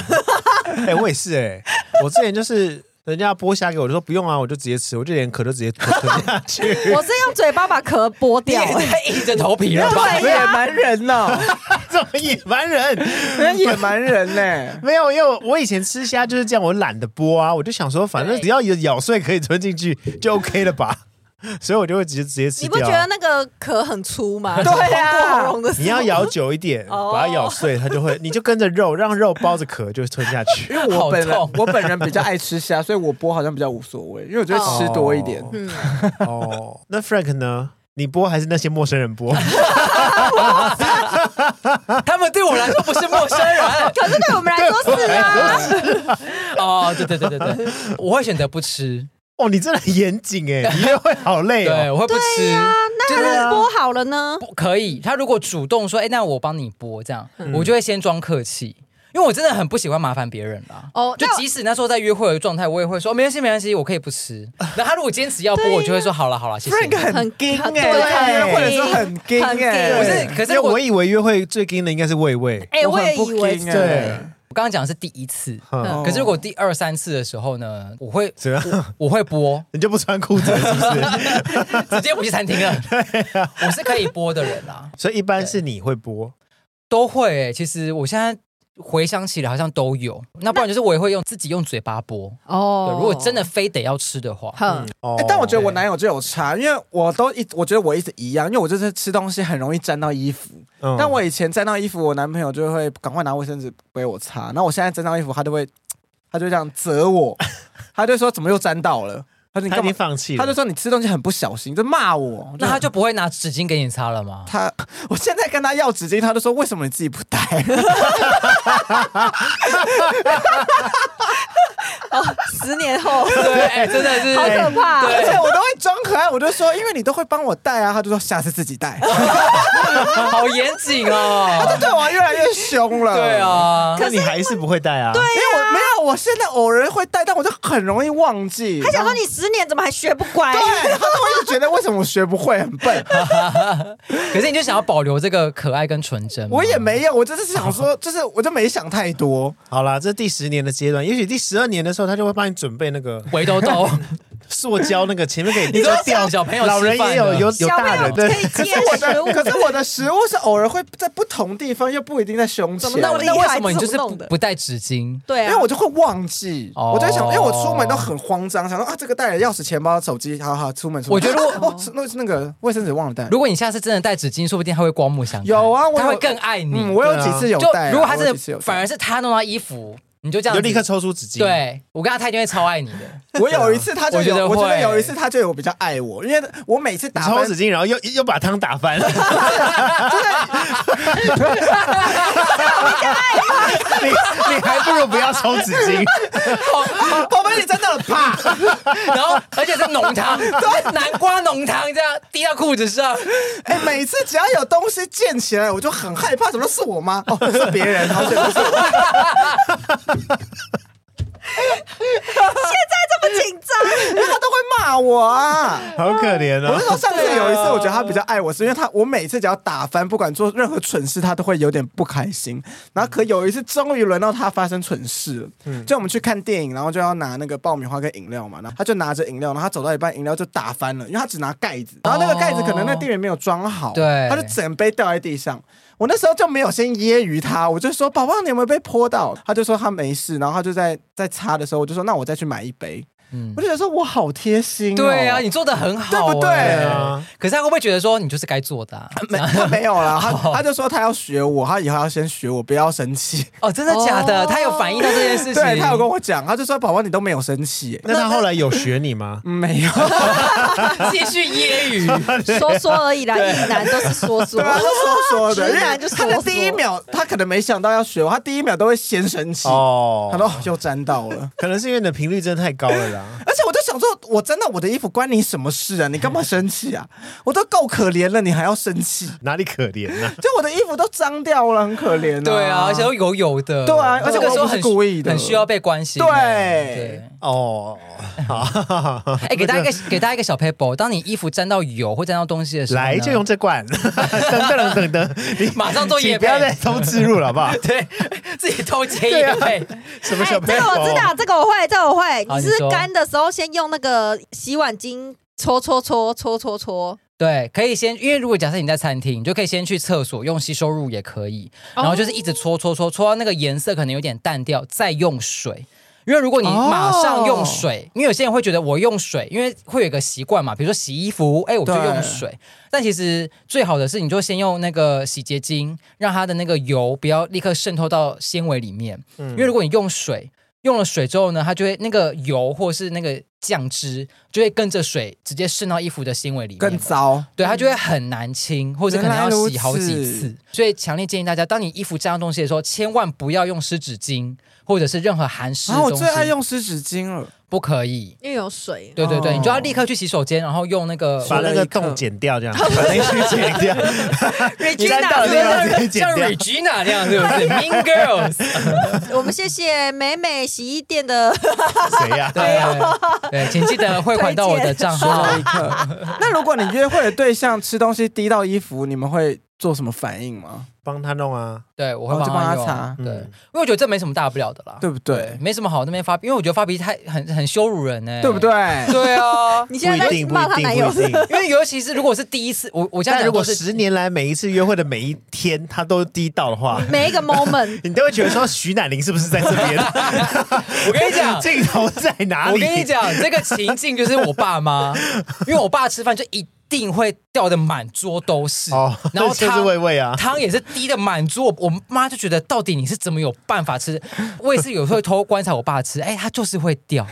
Speaker 2: 哎、我也是哎、 我之前就是人家剥虾给我，我就说不用啊，我就直接吃，我就连壳都直接吞吞 下去。
Speaker 3: 我是用嘴巴把壳剥
Speaker 5: 你
Speaker 3: 掉欸
Speaker 5: 也。太硬着头皮了吧？
Speaker 4: 这野蛮人呢、哦，
Speaker 2: 这种野蛮人
Speaker 4: 人家野蛮人呢、
Speaker 2: 没有，因为我我以前吃虾就是这样，我懒得剥啊，我就想说反正只要有咬碎可以吞进去就 OK 了吧， 所以我就会直接直接吃
Speaker 3: 你
Speaker 2: 掉。啊
Speaker 3: 不觉得那个壳很粗吗？
Speaker 4: 对啊
Speaker 3: 通过喉咙的时候
Speaker 2: 你要咬久一点，
Speaker 3: 哦
Speaker 2: 把它咬碎，它 就会，你就跟着肉，让肉包着壳就吞下去。
Speaker 4: 因为我
Speaker 5: 好
Speaker 4: 本人
Speaker 5: 痛
Speaker 4: 我本人比较爱吃虾，所以我剥好像比较无所谓，因为我觉得吃多一点。
Speaker 2: 哦
Speaker 3: 嗯，
Speaker 2: 哦，那 Frank 呢？你剥还是那些陌生人剥？
Speaker 5: 他们对我来说不是陌生人
Speaker 3: 可是对我们来说是啊，
Speaker 5: 哦，对对对对对， 我会选择不吃，
Speaker 2: 哦，你真的很严谨 哎，你约会好累
Speaker 5: 对
Speaker 2: 哦。
Speaker 5: 我会不吃。
Speaker 3: 那它是剥好了呢？
Speaker 5: 不可以，他如果主动说，哎、那我帮你剥，这样、我就会先装客气，因为我真的很不喜欢麻烦别人啦。
Speaker 3: 哦
Speaker 5: 就
Speaker 3: 那我
Speaker 5: 即使那时候在约会的状态，我也会说、哦没关系，没关系，我可以不吃。然后他如果坚持要剥，我就会说好了，好了，谢谢你。
Speaker 4: Frank 很
Speaker 3: 硬
Speaker 4: 哎
Speaker 3: 对，
Speaker 4: 约会的时候很硬
Speaker 3: 很硬
Speaker 4: 哎
Speaker 5: 不是，可
Speaker 2: 可
Speaker 5: 是
Speaker 2: 是
Speaker 5: 我
Speaker 2: 我以为约会最硬的应该是喂喂，
Speaker 3: 哎，我也
Speaker 4: 很不
Speaker 3: 以为
Speaker 4: 硬
Speaker 3: 是
Speaker 4: 哎
Speaker 2: 对
Speaker 5: 我刚刚讲的是第一次，
Speaker 2: 嗯
Speaker 5: 可是如果第二三次的时候呢，我会
Speaker 2: 怎 样？，
Speaker 5: 我会剥
Speaker 2: 你就不穿裤子了是 不是？
Speaker 5: 直接不去餐厅了。我是可以剥的人啦，啊
Speaker 2: 所以一般是你会剥，
Speaker 5: 都会、欸。其实我现在回想起来好像都有。那不然就是我也会用自己用嘴巴剥。对，
Speaker 3: 哦
Speaker 5: 如果真的，嗯非得要吃的话，
Speaker 3: 哼，
Speaker 2: 哦
Speaker 4: 哎但我觉得我男友就有差，因为我都一，我觉得我一直一样，因为我就是吃东西很容易沾到衣服。
Speaker 2: 嗯
Speaker 4: 但我以前沾到衣服，我男朋友就会赶快拿卫生纸给我擦。那我现在沾到衣服，他就会，他就这样 责我，他就说怎么又沾到了？他说你
Speaker 2: 他已
Speaker 4: 干嘛
Speaker 2: 经？放弃了，
Speaker 4: 他就说你吃东西很不小心，就骂我。
Speaker 5: 那他就不会拿纸巾给你擦 了吗？
Speaker 4: 他，我现在跟他要纸巾，他就说为什么你自己不带？
Speaker 3: 哦，十年后，
Speaker 5: 对，哎真的是
Speaker 3: 好可怕
Speaker 4: 而且我都会装可爱，我就说因为你都会帮我带啊，他就说下次自己带。
Speaker 5: 好严谨
Speaker 4: 他
Speaker 5: 哦。
Speaker 4: 就对我越来越凶了。
Speaker 5: 对。啊，
Speaker 2: 那你还是不会带啊？对，
Speaker 4: 因为我没有，我现在偶尔会带，但我就很容易忘记。
Speaker 3: 他想说你十年怎么还学不乖？啊
Speaker 4: 对，他就会一直觉得为什么我学不会，很笨。
Speaker 5: 可是你就想要保留这个可爱跟纯真吗。
Speaker 4: 我也没有，我就是想
Speaker 5: 哦
Speaker 4: 说，就是我就没想太多。
Speaker 2: 好啦，这是第十年的阶段，也许第十二年的时候，他就会帮你准备那个
Speaker 5: 围 兜兜，
Speaker 2: 塑胶那个前面可以
Speaker 5: 你说
Speaker 2: 就掉
Speaker 5: 小朋友吃
Speaker 2: 老人
Speaker 5: 饭
Speaker 2: 也有
Speaker 5: 的
Speaker 2: 有有
Speaker 3: 小朋
Speaker 2: 大
Speaker 3: 友
Speaker 2: 人
Speaker 3: 可
Speaker 2: 的，
Speaker 3: 以接
Speaker 4: 我
Speaker 3: 食
Speaker 4: 的
Speaker 3: 物，
Speaker 4: 可是我的食物是偶尔会在不同地方，又不一定在胸
Speaker 3: 怎。
Speaker 4: 前
Speaker 3: 么
Speaker 5: 那
Speaker 3: 弄
Speaker 5: 那为什么你就是
Speaker 3: 厉害这种
Speaker 5: 不
Speaker 3: 弄的
Speaker 5: 不带纸巾？
Speaker 3: 对
Speaker 4: 因
Speaker 3: 啊，
Speaker 4: 为我就会忘记，
Speaker 5: 哦
Speaker 4: 我在想，因为哎我出门都很慌张，想说啊，这个带了钥匙、钱包、手机，好好出门。出门
Speaker 5: 我觉得如果
Speaker 4: 哦，是那是那个卫生纸忘了带。
Speaker 5: 如果你下次真的带纸巾，说不定他会刮目相看。
Speaker 4: 有啊，我
Speaker 5: 他
Speaker 4: 有
Speaker 5: 会更爱你。
Speaker 4: 嗯，我有
Speaker 2: 对啊
Speaker 4: 几次有
Speaker 5: 就
Speaker 4: 带啊。
Speaker 5: 如果他
Speaker 4: 我有几次
Speaker 5: 是
Speaker 4: 有带
Speaker 5: 反而是他弄到衣服，你就这样
Speaker 2: 就
Speaker 5: 子
Speaker 2: 立刻。抽出纸巾。，
Speaker 5: 对我跟他，他一定会超爱你的。
Speaker 4: 我有一次他就
Speaker 5: 我觉得
Speaker 4: 有，我觉得
Speaker 5: 会
Speaker 4: 有一次他就有比较爱我，因为我每次
Speaker 2: 你
Speaker 4: 打
Speaker 2: 抽
Speaker 4: 翻
Speaker 2: 纸巾，然后又又把汤打翻， 你你还不如不要抽纸巾。
Speaker 4: 宝贝，你真的啪！
Speaker 5: 然后而且是浓 汤，南瓜浓汤这样滴到裤子上，
Speaker 4: 哎、每次只要有东西溅起来，我就很害怕，怎么是我吗？哦，是别人，好险不是 我。
Speaker 3: 现在这么紧 张，
Speaker 4: 因为他都会骂我啊。
Speaker 2: 好可怜
Speaker 4: 我
Speaker 2: 哦
Speaker 4: 是！说，上次有一次，我觉得他比较爱我，是因为他我每次只要打翻，不管做任何蠢事，他都会有点不开心。然后可有一次，终于轮到他发生蠢事了。
Speaker 5: 嗯
Speaker 4: 就我们去看电影，然后就要拿那个爆米花跟饮料嘛，然后他就拿着饮料，然后他走到一半，饮料就打翻了，因为他只拿盖子，然后那个盖子可能那店员没有装好，
Speaker 5: 对
Speaker 4: 他就整杯掉在地上。我那时候就没有先揶揄他，我就说：“宝宝，你有没有被泼到？”他就说他没事，然后他就在在擦的时候，我就说：“那我再去买一杯。”
Speaker 5: 嗯
Speaker 4: 我，就觉得说我好贴心、哦，
Speaker 5: 对啊，你做的很好、
Speaker 4: 对不对
Speaker 5: 哎
Speaker 2: 啊
Speaker 5: 可是他会不会觉得说你就是该做的、啊？
Speaker 4: 没，他没有啦，他他就说他要学我，他以后要先学我，不要生 气。
Speaker 5: 哦，真的假的？
Speaker 3: 哦
Speaker 5: 他有反映到这件事情，
Speaker 4: 对他有跟我讲，他就说宝宝你都没有生气、欸
Speaker 2: 那他后来有学你吗？
Speaker 4: 嗯没有，
Speaker 5: 继续揶揅，
Speaker 4: 啊
Speaker 3: 说说而已啦，一男都是说说
Speaker 4: 对，啊，他 说说的，
Speaker 3: 直
Speaker 4: 因
Speaker 3: 男
Speaker 4: 为
Speaker 3: 就是
Speaker 4: 他的
Speaker 3: 说
Speaker 4: 第一秒，他可能没想到要学我，他第一秒都会先生气，
Speaker 2: 哦
Speaker 4: 他说 哦又沾到了。
Speaker 2: 可能是因为你的频率真的太高了啦。
Speaker 4: 而且我就想说，我沾到我的衣服关你什么事啊？你干嘛生气啊？ 我都够可怜了，你还要生气？
Speaker 2: 哪里可怜啊 呢、
Speaker 4: 就我的衣服都脏掉了，很可怜、啊。
Speaker 5: 对啊，而且都油油的，
Speaker 4: 对啊而且
Speaker 5: 这个时
Speaker 4: 我又
Speaker 5: 候
Speaker 4: 不是
Speaker 5: 很
Speaker 4: 故意的
Speaker 5: 很需要被关心，
Speaker 4: 对
Speaker 5: 哎对。
Speaker 2: 哦，好，
Speaker 5: 哎、给 大家一个给大家一个小 paper，当你衣服沾到油或沾到东西的时候 呢，
Speaker 2: 来就用这罐， 等等等等，你
Speaker 5: 马上做
Speaker 2: 请
Speaker 5: 夜
Speaker 2: 不要
Speaker 5: 配
Speaker 2: 再偷置入了，好不好？
Speaker 5: 对自己偷接
Speaker 4: 啊
Speaker 5: 夜配，
Speaker 2: 什么小哦朋
Speaker 3: 哎这
Speaker 2: 友？
Speaker 3: 个我知道，这个我会，这个我会。
Speaker 5: 好
Speaker 3: 你
Speaker 5: 你
Speaker 3: 是
Speaker 5: 说
Speaker 3: 干的时候先用那个洗碗巾搓搓搓搓搓搓，
Speaker 5: 对，可以先，因为如果假设你在餐厅，你就可以先去厕所用吸收乳也可以，然后就是一直搓搓搓搓到那个颜色可能有点淡掉，再用水。因为如果你马上用水，因为有些人会觉得我用水，因为会有一个习惯嘛，比如说洗衣服，哎，我就
Speaker 4: 对
Speaker 5: 用水。但其实最好的是，你就先用那个洗洁精，让它的那个油不要立刻渗透到纤维里面。因为如果你用水，用了水之后呢，它就会那个油或是那个酱汁就会跟着水直接渗到衣服的纤维里面，
Speaker 4: 更糟。
Speaker 5: 对，它就会很难清，或者可能要洗好
Speaker 4: 原
Speaker 5: 几
Speaker 4: 来如此
Speaker 5: 次。所以强烈建议大家，当你衣服沾到东西的时候，千万不要用湿纸巾或者是任何含湿
Speaker 4: 然
Speaker 5: 的
Speaker 4: 后、啊、
Speaker 5: 东
Speaker 4: 我
Speaker 5: 西，
Speaker 4: 最爱用湿纸巾了。
Speaker 5: 不可以。
Speaker 3: 因为有水。
Speaker 5: 对对对，
Speaker 4: 哦
Speaker 5: 你就要立刻去洗手间，然后用那个
Speaker 2: 把那个洞剪掉，这样把那个剪掉。 你在大地方直接剪
Speaker 5: 像
Speaker 2: 掉
Speaker 5: Regina 那样，对不对？Mean Girls，
Speaker 3: 我们谢谢美美洗衣店 的，，
Speaker 2: 谁呀、
Speaker 5: 对对，请记得汇款到我的账
Speaker 4: 最后
Speaker 5: 号。
Speaker 4: 一刻。那如果你约会的对象吃东西滴到衣服，你们会做什么反应 吗？
Speaker 2: 帮他弄啊，
Speaker 5: 对，我
Speaker 4: 然后
Speaker 5: 会帮
Speaker 4: 就帮
Speaker 5: 他
Speaker 4: 他
Speaker 5: 用
Speaker 4: 查，
Speaker 5: 对，
Speaker 2: 嗯
Speaker 5: 因为我觉得这没什么大不了的啦，
Speaker 4: 对不对？
Speaker 5: 没什么好那边发脾，因为我觉得发脾气太很很羞辱人呢、
Speaker 4: 对不？对？
Speaker 5: 对啊
Speaker 3: 你
Speaker 2: 不
Speaker 3: 现
Speaker 2: 一
Speaker 3: 在在
Speaker 2: 定，不
Speaker 3: 骂他
Speaker 2: 一
Speaker 3: 男
Speaker 2: 定，
Speaker 3: 友
Speaker 2: 不一定。
Speaker 5: 因为尤其是如果是第一次，我我现
Speaker 2: 但
Speaker 5: 在讲
Speaker 2: 如果
Speaker 5: 都是
Speaker 2: 十年来每一次约会的每一天他都低到的话，
Speaker 3: 每一个 moment，
Speaker 2: 你都会觉得说徐乃麟是不是在这边？，
Speaker 5: 我跟你 讲
Speaker 2: 镜头在哪里？
Speaker 5: 我跟你，讲，这个情境就是我爸妈，因为我爸吃饭就一定会掉的满桌都是，
Speaker 2: 哦，
Speaker 5: 然后
Speaker 2: 就
Speaker 5: 他
Speaker 2: 是喂喂啊，
Speaker 5: 汤也是滴的满桌，我妈就觉得到底你是怎么有办法吃？我也是有时候偷观察我爸吃，哎，他就是会掉，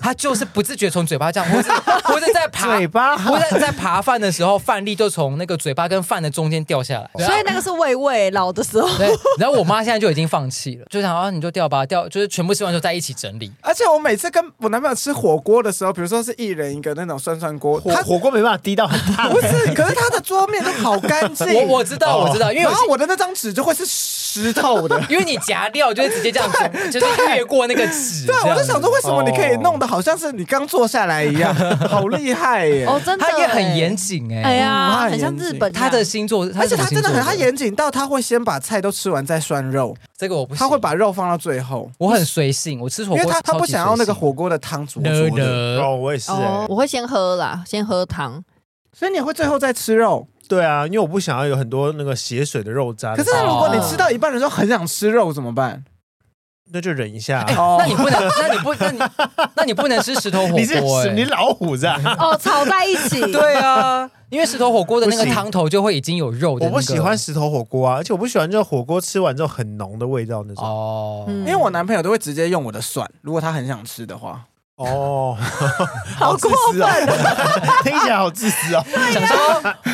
Speaker 5: 他就是不自觉从嘴巴这样，或 是或是在
Speaker 2: 嗯
Speaker 5: 爬
Speaker 2: 嘴巴
Speaker 5: 或者在扒饭的时候，饭粒就从那个嘴巴跟饭的中间掉下来。
Speaker 3: 所以那个是喂喂老的时候，
Speaker 5: 啊 对，然后我妈现在就已经放弃了，就想啊，你就掉吧，掉就是全部吃完之后在一起整理。
Speaker 4: 而且我每次跟我男朋友吃火锅的时候，比如说是一人一个那种酸酸锅，
Speaker 2: 火
Speaker 4: 他
Speaker 2: 火锅没办法低到很烫，
Speaker 4: 不是，可是他的桌面都好干 净。
Speaker 5: 我我知道，
Speaker 2: 哦
Speaker 5: 我知道，因为有
Speaker 4: 然
Speaker 5: 些。
Speaker 4: 后我的那张纸就会是湿透的
Speaker 5: 因为你夹料就会直接这样子，就是越过那个纸。
Speaker 4: 对，啊我就想说，为什么你可以
Speaker 2: 哦
Speaker 4: 弄得好像是你刚坐下来一 样，好厉害耶！
Speaker 3: 哦，真的，
Speaker 5: 他也
Speaker 4: 欸
Speaker 5: 很严，谨
Speaker 3: 哎
Speaker 5: 哎、
Speaker 4: 嗯他
Speaker 3: 呀，
Speaker 4: 很
Speaker 3: 很像
Speaker 4: 严
Speaker 3: 日
Speaker 4: 谨
Speaker 3: 本一样，
Speaker 5: 他的星座，
Speaker 4: 啊而且他
Speaker 5: 是
Speaker 4: 真
Speaker 5: 什么星
Speaker 4: 的
Speaker 5: 座
Speaker 4: 很，他严谨到他会先把菜都吃完再涮肉，
Speaker 5: 这个我不行，
Speaker 4: 他会把肉放到最后，
Speaker 5: 我很随哦性，我吃火
Speaker 4: 因
Speaker 5: 锅
Speaker 4: 为他他
Speaker 5: 超级
Speaker 4: 不想要那个
Speaker 5: 随性
Speaker 4: 火锅的汤煮
Speaker 5: 呢
Speaker 4: 浊的，
Speaker 5: 呢，
Speaker 2: 哦，我也是、
Speaker 3: 哦
Speaker 2: 欸，，
Speaker 3: 我会先喝啦，先喝汤，
Speaker 4: 所以你会最后再吃肉。
Speaker 2: 对啊，因为我不想要有很多那个血水的肉渣的
Speaker 4: 可是
Speaker 2: 时候，
Speaker 4: 如果你吃到一半的时候很想吃肉怎么办？
Speaker 2: 那就忍一下、
Speaker 5: 哎
Speaker 4: 哦
Speaker 5: 那你 不能，那你不，那你那你不能吃石头火
Speaker 2: 你是
Speaker 5: 锅、
Speaker 2: 你
Speaker 5: 哎，
Speaker 2: 老虎子啊？
Speaker 3: 哦，炒在一起，
Speaker 5: 对啊，因为石头火锅的那个
Speaker 2: 不行
Speaker 5: 汤头就会已经有肉的、
Speaker 2: 我不喜欢。石头火锅啊，而且我不喜欢这种火锅吃完之后很浓的味道那种。
Speaker 5: 哦，
Speaker 3: 嗯，因
Speaker 4: 因为我男朋友都会直接用我的蒜，如果他很想吃的话，
Speaker 2: 哦， 好自私啊！听起来好自私哦。
Speaker 5: 想 说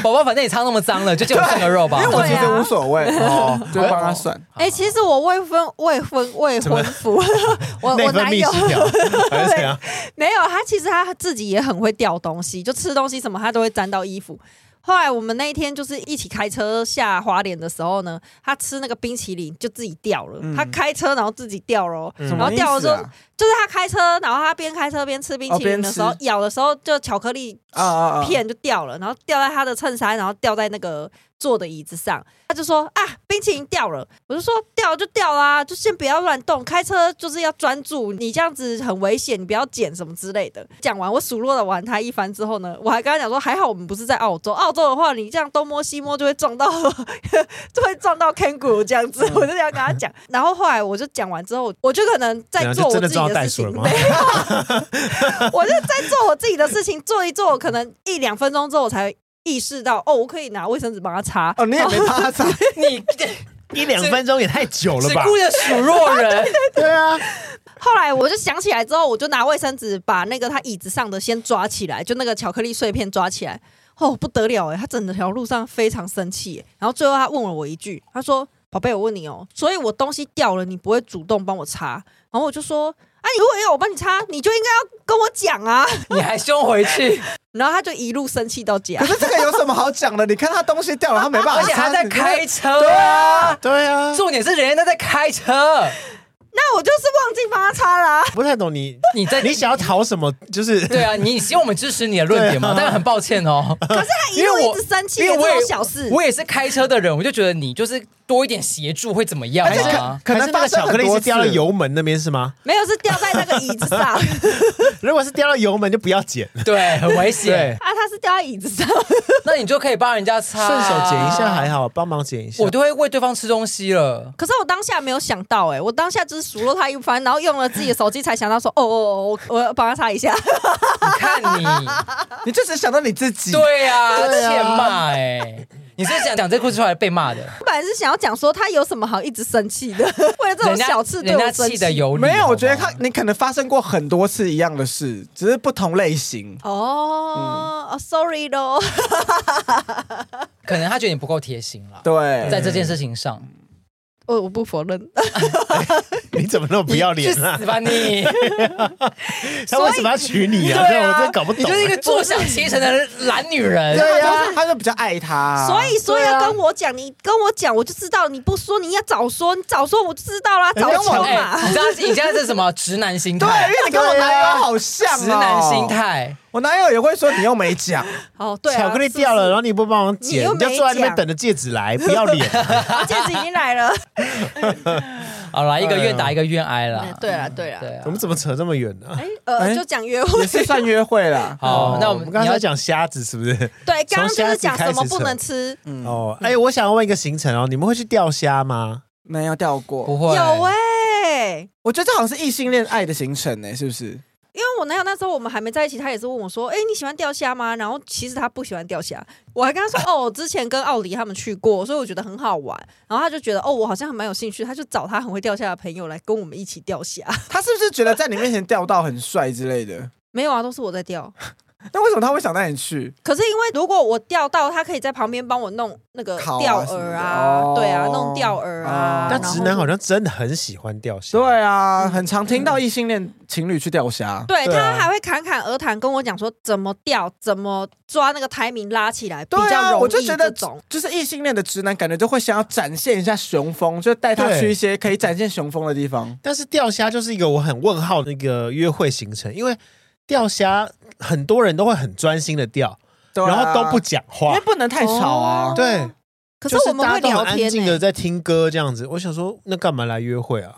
Speaker 5: 宝宝，反正你汤那么脏了，就就这个肉吧。
Speaker 4: 因为我
Speaker 3: 对
Speaker 4: 其
Speaker 3: 啊
Speaker 4: 实无所谓，哦，就会帮他涮。
Speaker 3: 哎、其实我未婚未婚未婚夫， 我
Speaker 2: 内
Speaker 3: 我
Speaker 2: 分
Speaker 3: 男
Speaker 2: 泌
Speaker 3: 友
Speaker 2: 失调还是怎样？
Speaker 3: 没有，他其实他自己也很会掉东西，就吃东西什么他都会沾到衣服。后来我们那一天就是一起开车下花莲的时候呢，他吃那个冰淇淋就自己掉了，
Speaker 4: 嗯
Speaker 3: 他开车然后自己掉了哦，
Speaker 2: 嗯
Speaker 4: 什
Speaker 3: 然后
Speaker 4: 么意
Speaker 3: 掉了
Speaker 4: 思
Speaker 3: 之后、
Speaker 4: 啊？
Speaker 3: 就是他开车，然后他边开车边吃冰淇
Speaker 4: 哦
Speaker 3: 淋
Speaker 4: 边
Speaker 3: 的
Speaker 4: 吃
Speaker 3: 时候，咬的时候就巧克力
Speaker 4: 啊啊啊！
Speaker 3: 片就掉了，然后掉在他的衬衫，然后掉在那个坐的椅子上。他就说啊，冰淇淋掉了。我就说掉就掉啦，就先不要乱动，开车就是要专注，你这样子很危险，你不要捡什么之类的。讲完我数落了完他一番之后呢，我还跟他讲说，还好我们不是在澳洲，澳洲的话你这样东摸西摸就会撞到， 就会撞到 kangaroo 这样子。我就这样跟他讲，然后后来我就讲完之后，我就可能在
Speaker 2: 怎样
Speaker 3: 做
Speaker 2: 就
Speaker 3: 我
Speaker 2: 真
Speaker 3: 自
Speaker 2: 的
Speaker 3: 己
Speaker 2: 撞到
Speaker 3: 的
Speaker 2: 袋
Speaker 3: 事
Speaker 2: 鼠
Speaker 3: 情
Speaker 2: 了，吗
Speaker 3: 没 有我就在做我自己的事情，做一做，可能一两分钟之后，我才意识到，哦，我可以拿卫生纸帮他擦。
Speaker 4: 哦，你也没帮他擦，
Speaker 5: 你
Speaker 2: 一两分钟也太久了
Speaker 5: 只
Speaker 2: 吧？
Speaker 5: 顾着数落人，
Speaker 2: 对啊，
Speaker 3: 后来我就想起来之后，我就拿卫生纸把那个他椅子上的先抓起来，就那个巧克力碎片抓起来。哦，不得了哎，他整条路上非常生气哎。然后最后他问了我一句，他说：“宝贝，我问你哦，所以我东西掉了，你不会主动帮我擦？”然后我就说：“啊，如果要我帮你擦，你就应该要跟我讲啊。
Speaker 5: 你还凶回去，”
Speaker 3: 然后他就一路生气到家
Speaker 4: 可。是这个有什么好讲的？你看他东西掉了，他没办法
Speaker 5: 而
Speaker 4: 擦，
Speaker 5: 且还在开车
Speaker 4: 对
Speaker 5: 啊
Speaker 4: 啊！
Speaker 2: 对啊，
Speaker 5: 重点是人家在开车，
Speaker 3: 那我就是忘记帮他擦啦、
Speaker 2: 不太懂你，
Speaker 5: 你在
Speaker 2: 你想要讨什么？就是
Speaker 5: 对啊，你希望我们支持你的论点
Speaker 2: 啊
Speaker 5: 吗？但很抱歉哦，
Speaker 3: 一路一直生气，
Speaker 5: 因
Speaker 3: 这
Speaker 5: 为我
Speaker 3: 种
Speaker 5: 也
Speaker 3: 小事。
Speaker 5: 我也是开车的人，我就觉得你就是多一点协助会怎么样
Speaker 2: 还是
Speaker 5: 啊？
Speaker 4: 可能
Speaker 2: 还是那
Speaker 4: 发
Speaker 2: 个
Speaker 4: 生
Speaker 2: 巧克
Speaker 4: 很多次
Speaker 2: 力是掉到油门那边是吗？
Speaker 3: 没有，是掉在那个椅 子上啊，
Speaker 2: 如果是掉到油门就不要捡，
Speaker 5: 对，很危险。
Speaker 3: 他是掉在椅子上。
Speaker 5: 那你就可以帮人家擦，
Speaker 2: 顺手捡一下还。好，帮忙捡一下
Speaker 5: 啊我。都会喂对方吃东西了，
Speaker 3: 可是我当下没有想到、哎，我当下就是数落他一番，然后用了自己的手机才想到说，哦哦哦，我我要帮他擦一下。
Speaker 5: 你看你，
Speaker 4: 你就只想到你自己。
Speaker 5: 对呀、
Speaker 3: 啊
Speaker 5: 欠骂哎，你是想讲这故事出来被骂的，
Speaker 3: 我本来是想要讲说他有什么好一直生气的，为了这种
Speaker 5: 人家
Speaker 3: 小事对
Speaker 5: 人家
Speaker 3: 我生
Speaker 5: 气的
Speaker 3: 气。
Speaker 5: 有理，
Speaker 4: 没有，
Speaker 5: 好不好
Speaker 4: 我觉得他你可能发生过很多次一样的事，只是不同类型。
Speaker 5: 嗯
Speaker 3: 哦、哦 s o r r y 咯，
Speaker 5: 可能他觉得你不够贴心啦，
Speaker 4: 对，
Speaker 5: 在这件事情上，
Speaker 3: 我我不否认。
Speaker 2: 你怎么那么不要
Speaker 5: 去
Speaker 2: 脸啊
Speaker 5: 死？吧你！
Speaker 2: 他为什么要娶你啊？
Speaker 5: 对
Speaker 2: 对，
Speaker 5: 啊
Speaker 2: 我真的搞不
Speaker 5: 你
Speaker 2: 懂
Speaker 5: 就。是一个坐享其成的懒女 人。
Speaker 4: 对呀，他就比较爱他，
Speaker 3: 所以所以
Speaker 5: 对
Speaker 3: 要
Speaker 5: 啊
Speaker 3: 跟我讲，你跟我讲，我就知道。你不说，你要早说，你早说我就知道啦，早
Speaker 2: 家
Speaker 3: 说嘛。
Speaker 5: 哎，你知道你现在是什么直男心
Speaker 4: 对，因
Speaker 5: 态
Speaker 4: 为？你跟我男友好像哦
Speaker 5: 直男心。态，
Speaker 4: 我男友也会说你又没讲，
Speaker 3: 哦，对、啊，
Speaker 2: 巧克力掉了，然后你不帮忙捡，
Speaker 3: 你又
Speaker 2: 你就
Speaker 3: 没
Speaker 2: 坐在那边
Speaker 3: 讲
Speaker 2: 等着戒指来，不要脸。啊
Speaker 3: 然后啊戒指已经来
Speaker 5: 啊
Speaker 3: 了。
Speaker 5: 好啦，一个愿打一个愿挨
Speaker 3: 哎
Speaker 5: 啦。
Speaker 3: 对了，对了，
Speaker 5: 对啊
Speaker 2: 我，们怎么扯这么远啊呢、
Speaker 3: 哎，呃，
Speaker 4: 哎
Speaker 3: 就讲约会
Speaker 4: 也，是算约会啦。
Speaker 5: 好，哦那我们
Speaker 2: 哦刚
Speaker 5: 你
Speaker 2: 才
Speaker 5: 要
Speaker 2: 讲虾子是不是？
Speaker 3: 对，刚刚就是讲什
Speaker 2: 从下一次开
Speaker 3: 么
Speaker 2: 始
Speaker 3: 不能吃，
Speaker 5: 嗯
Speaker 2: 哦，哎、我想要问一个行程哦，你们会去钓虾吗？
Speaker 4: 没有掉过，
Speaker 5: 不会
Speaker 3: 有啊哎。
Speaker 4: 我觉得这好像是异性恋爱的行程呢、是不是？
Speaker 3: 因为我男友那时候我们还没在一起，他也是问我说：“哎、你喜欢钓虾吗？”然后其实他不喜欢钓虾，我还跟他说：“ 哦，我之前跟奥里他们去过，所以我觉得很好玩。”然后他就觉得：“哦，我好像还蛮有兴趣。”他就找他很会钓虾的朋友来跟我们一起钓虾。
Speaker 4: 他是不是觉得在你面前钓到很帅之类的？
Speaker 3: 没有啊，都是我在钓。
Speaker 4: 那为什么他会想带你去？
Speaker 3: 可是因为如果我钓到，他可以在旁边帮我弄那个
Speaker 4: 烤啊
Speaker 3: 钓
Speaker 4: 什么
Speaker 3: 饵
Speaker 4: 的
Speaker 3: 啊，
Speaker 4: 哦
Speaker 3: 对啊，弄钓饵啊
Speaker 4: 哦。
Speaker 2: 那
Speaker 3: 然后
Speaker 2: 直男好像真的很喜欢钓虾。
Speaker 4: 对啊，很常听到异性恋情侣去钓虾。
Speaker 3: 对
Speaker 2: 对啊
Speaker 3: 他还会侃侃而谈跟我讲说怎么钓，怎么抓那个 timing 拉起来比
Speaker 4: 对
Speaker 3: 较
Speaker 4: 啊，
Speaker 3: 容易
Speaker 4: 我就觉得
Speaker 3: 这种
Speaker 4: 就是异性恋的直男，感觉就会想要展现一下雄风，就带他
Speaker 2: 对
Speaker 4: 去一些可以展现雄风的地方。
Speaker 2: 但是钓虾就是一个我很问号的一个约会行程，因为钓虾很多人都会很专心的钓，
Speaker 4: 对啊
Speaker 2: 然后都不，讲
Speaker 4: 因
Speaker 2: 话
Speaker 4: 为，不能太吵啊。
Speaker 3: 哦
Speaker 2: 对，
Speaker 3: 可
Speaker 2: 就是
Speaker 3: 我们
Speaker 2: 大家
Speaker 3: 会
Speaker 2: 都很
Speaker 3: 聊
Speaker 2: 安
Speaker 3: 天
Speaker 2: 静
Speaker 3: 欸
Speaker 2: 的在听歌这样子。我想说，那干嘛来约会啊？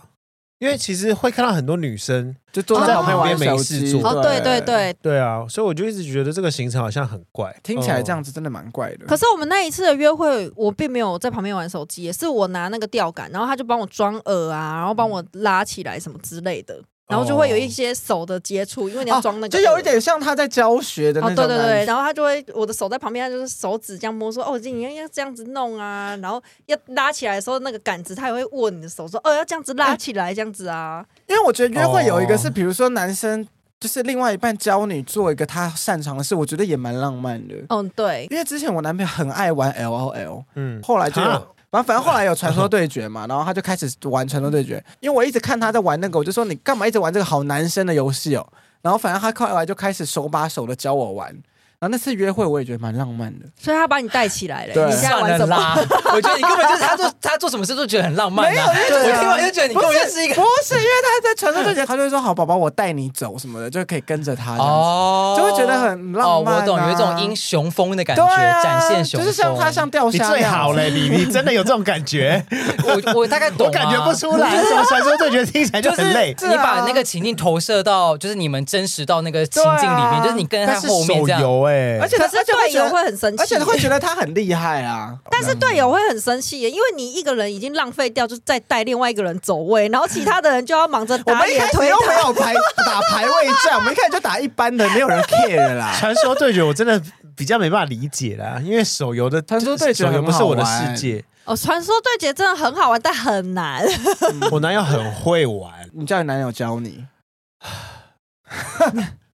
Speaker 2: 因为其实会看到很多女生，
Speaker 4: 就坐在
Speaker 3: 哦
Speaker 4: 旁边玩手
Speaker 2: 没事
Speaker 4: 机。
Speaker 2: 做
Speaker 3: 哦，对对，对。
Speaker 2: 对啊，所以我就一直觉得这个行程好像很怪，哦
Speaker 4: 听起来这样
Speaker 2: 子。
Speaker 4: 子真的蛮怪的。
Speaker 3: 可是我们那一次的约会，我并没有在旁边玩手机，是我拿那个钓竿，然后他就帮我装饵啊，然后帮我拉起来什么之类的，然后就会有一些手的接触，因为你要装那
Speaker 4: 哦
Speaker 3: 个、
Speaker 4: 就有一。点像他在教学的
Speaker 3: 哦
Speaker 4: 那，种
Speaker 3: 对
Speaker 4: 感觉。
Speaker 3: 对对，然后他就会我的手在旁边，他就是手指这样摸，说哦，你要要这样子弄啊，然后要拉起来的时候，那个杆子他也会握你的手，说哦，要这样子拉起来，这样子啊，
Speaker 4: 因为我觉得约会有一个是，
Speaker 2: 哦
Speaker 4: 比如说男生就是另外一半教你做一个他擅长的事，我觉得也蛮浪漫的。
Speaker 3: 嗯，对，
Speaker 4: 因为之前我男朋友很爱玩 L O L，
Speaker 2: 嗯
Speaker 4: 后来就有
Speaker 2: 啊
Speaker 4: 然后反正后来有传说对决嘛，然后他就开始玩传说对决。因为我一直看他在玩那个，我就说你干嘛一直玩这个好男生的游戏哦？然后反正他后来就开始手把手的教我玩。然后那次约会我也觉得蛮浪漫的，
Speaker 3: 所以他把你带起来了，
Speaker 4: 对
Speaker 3: 你现在
Speaker 5: 算
Speaker 3: 玩
Speaker 5: 了
Speaker 3: 什么？
Speaker 5: 啦，我觉得你根本就是他做他做什么事都觉得很浪漫啊。
Speaker 4: 对
Speaker 5: 我
Speaker 4: 啊
Speaker 5: 听完就觉得你根本就是一个
Speaker 4: 不是因为他在传说对决，他就会说好宝宝我带你走什么的，就可以跟着他这样子
Speaker 5: 哦
Speaker 4: 就会觉得很浪漫啊
Speaker 5: 哦，我懂，有一种英雄风的感觉，
Speaker 4: 对啊
Speaker 5: 展现雄风。
Speaker 4: 就是像他像钓
Speaker 2: 你
Speaker 4: 虾那
Speaker 2: 最
Speaker 4: 样
Speaker 2: 好嘞，你你真的有这种感 觉，
Speaker 5: 我我大概懂啊、
Speaker 2: 我感觉不出来，怎么传说对决听起来就
Speaker 5: 就是
Speaker 2: 很 累。
Speaker 5: 你把那个情境投射到，就是你们真实到那个情境里面，
Speaker 4: 对啊
Speaker 5: 就是你跟他
Speaker 2: 但是
Speaker 5: 后面
Speaker 2: 手
Speaker 5: 这样。
Speaker 2: 游哎、
Speaker 4: 而且
Speaker 3: 可是
Speaker 4: 而且
Speaker 3: 队
Speaker 4: 会觉
Speaker 3: 友
Speaker 4: 得
Speaker 3: 会很生气，
Speaker 4: 而且会觉得他很厉害啊。
Speaker 3: 但是队友会很生气耶，因为你一个人已经浪费掉，就再带另外一个人走位，然后其他的人就要忙着
Speaker 4: 我
Speaker 3: 打
Speaker 4: 们一
Speaker 3: 野
Speaker 4: 开始
Speaker 3: 推
Speaker 4: 又没
Speaker 3: 塔。
Speaker 4: 有排打排位战，我们一开始就打一般的，没有人 care 啦。
Speaker 2: 传说对决我真的比较没办法理解啦，因为手游的
Speaker 4: 传说对决
Speaker 2: 手游不是我的世界，
Speaker 3: 哦，传说对决真的很好玩，但很难。
Speaker 4: 嗯
Speaker 2: 我男友很会玩。
Speaker 4: 你叫你男友教你，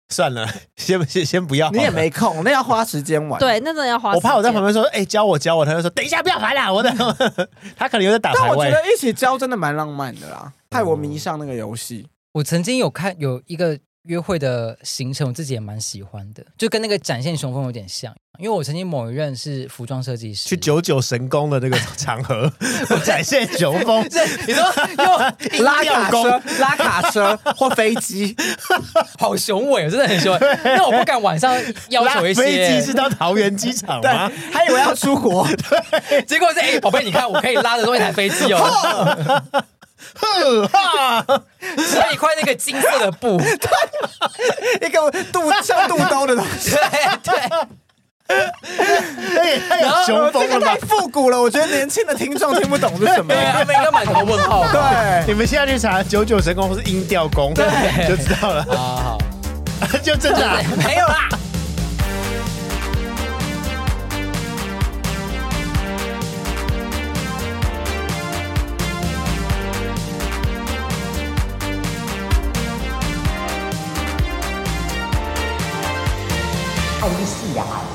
Speaker 2: 算了， 先先先
Speaker 5: 啊
Speaker 2: 不要好了，
Speaker 4: 你也没空， 那要花时间玩。，
Speaker 3: 对，那真的要花时
Speaker 2: 我
Speaker 3: 间。
Speaker 2: 怕我在旁边说，哎、教我教我，他就说等一下不要烦啦，我的， 他可能有在打
Speaker 4: 但
Speaker 2: 排
Speaker 4: 我觉
Speaker 2: 位。
Speaker 4: 得一起教真的蛮浪漫的啦，害我迷上那个游戏。
Speaker 5: 我曾经有看有一个约会的行程，我自己也蛮喜欢的，就跟那个展现雄风有点像。因为我曾经某一任是服装设计师，
Speaker 2: 去九九神功的那个场 合，展现雄风，
Speaker 5: 你说又
Speaker 4: 拉
Speaker 2: 吊
Speaker 4: 卡
Speaker 2: 弓
Speaker 4: 车、 拉卡车或飞机，
Speaker 5: 好雄伟，真的很雄伟。那我不敢晚上要
Speaker 2: 拉
Speaker 5: 求一些
Speaker 2: 飞机是到桃园机场吗？
Speaker 4: 还以为要出国，
Speaker 5: 结果是哎，宝、贝，你看我可以拉得动一台飞机哦，
Speaker 2: 哼哈
Speaker 5: 只要一块那个金色的布，
Speaker 4: 一个肚像肚兜的东西。
Speaker 5: 对对，
Speaker 2: 哎，太有雄风
Speaker 4: 这
Speaker 2: 了
Speaker 4: 个太
Speaker 2: 吧！
Speaker 4: 复古了，我觉得年轻的听众听不懂是什么
Speaker 5: 对。啊，他们应该满头问号。
Speaker 4: 对，
Speaker 2: 你们现在去查九九神功或是音调功，对，就知道了，
Speaker 5: 好好，
Speaker 2: 就真 的啊。
Speaker 5: 没有啦。
Speaker 1: 爱丽丝呀，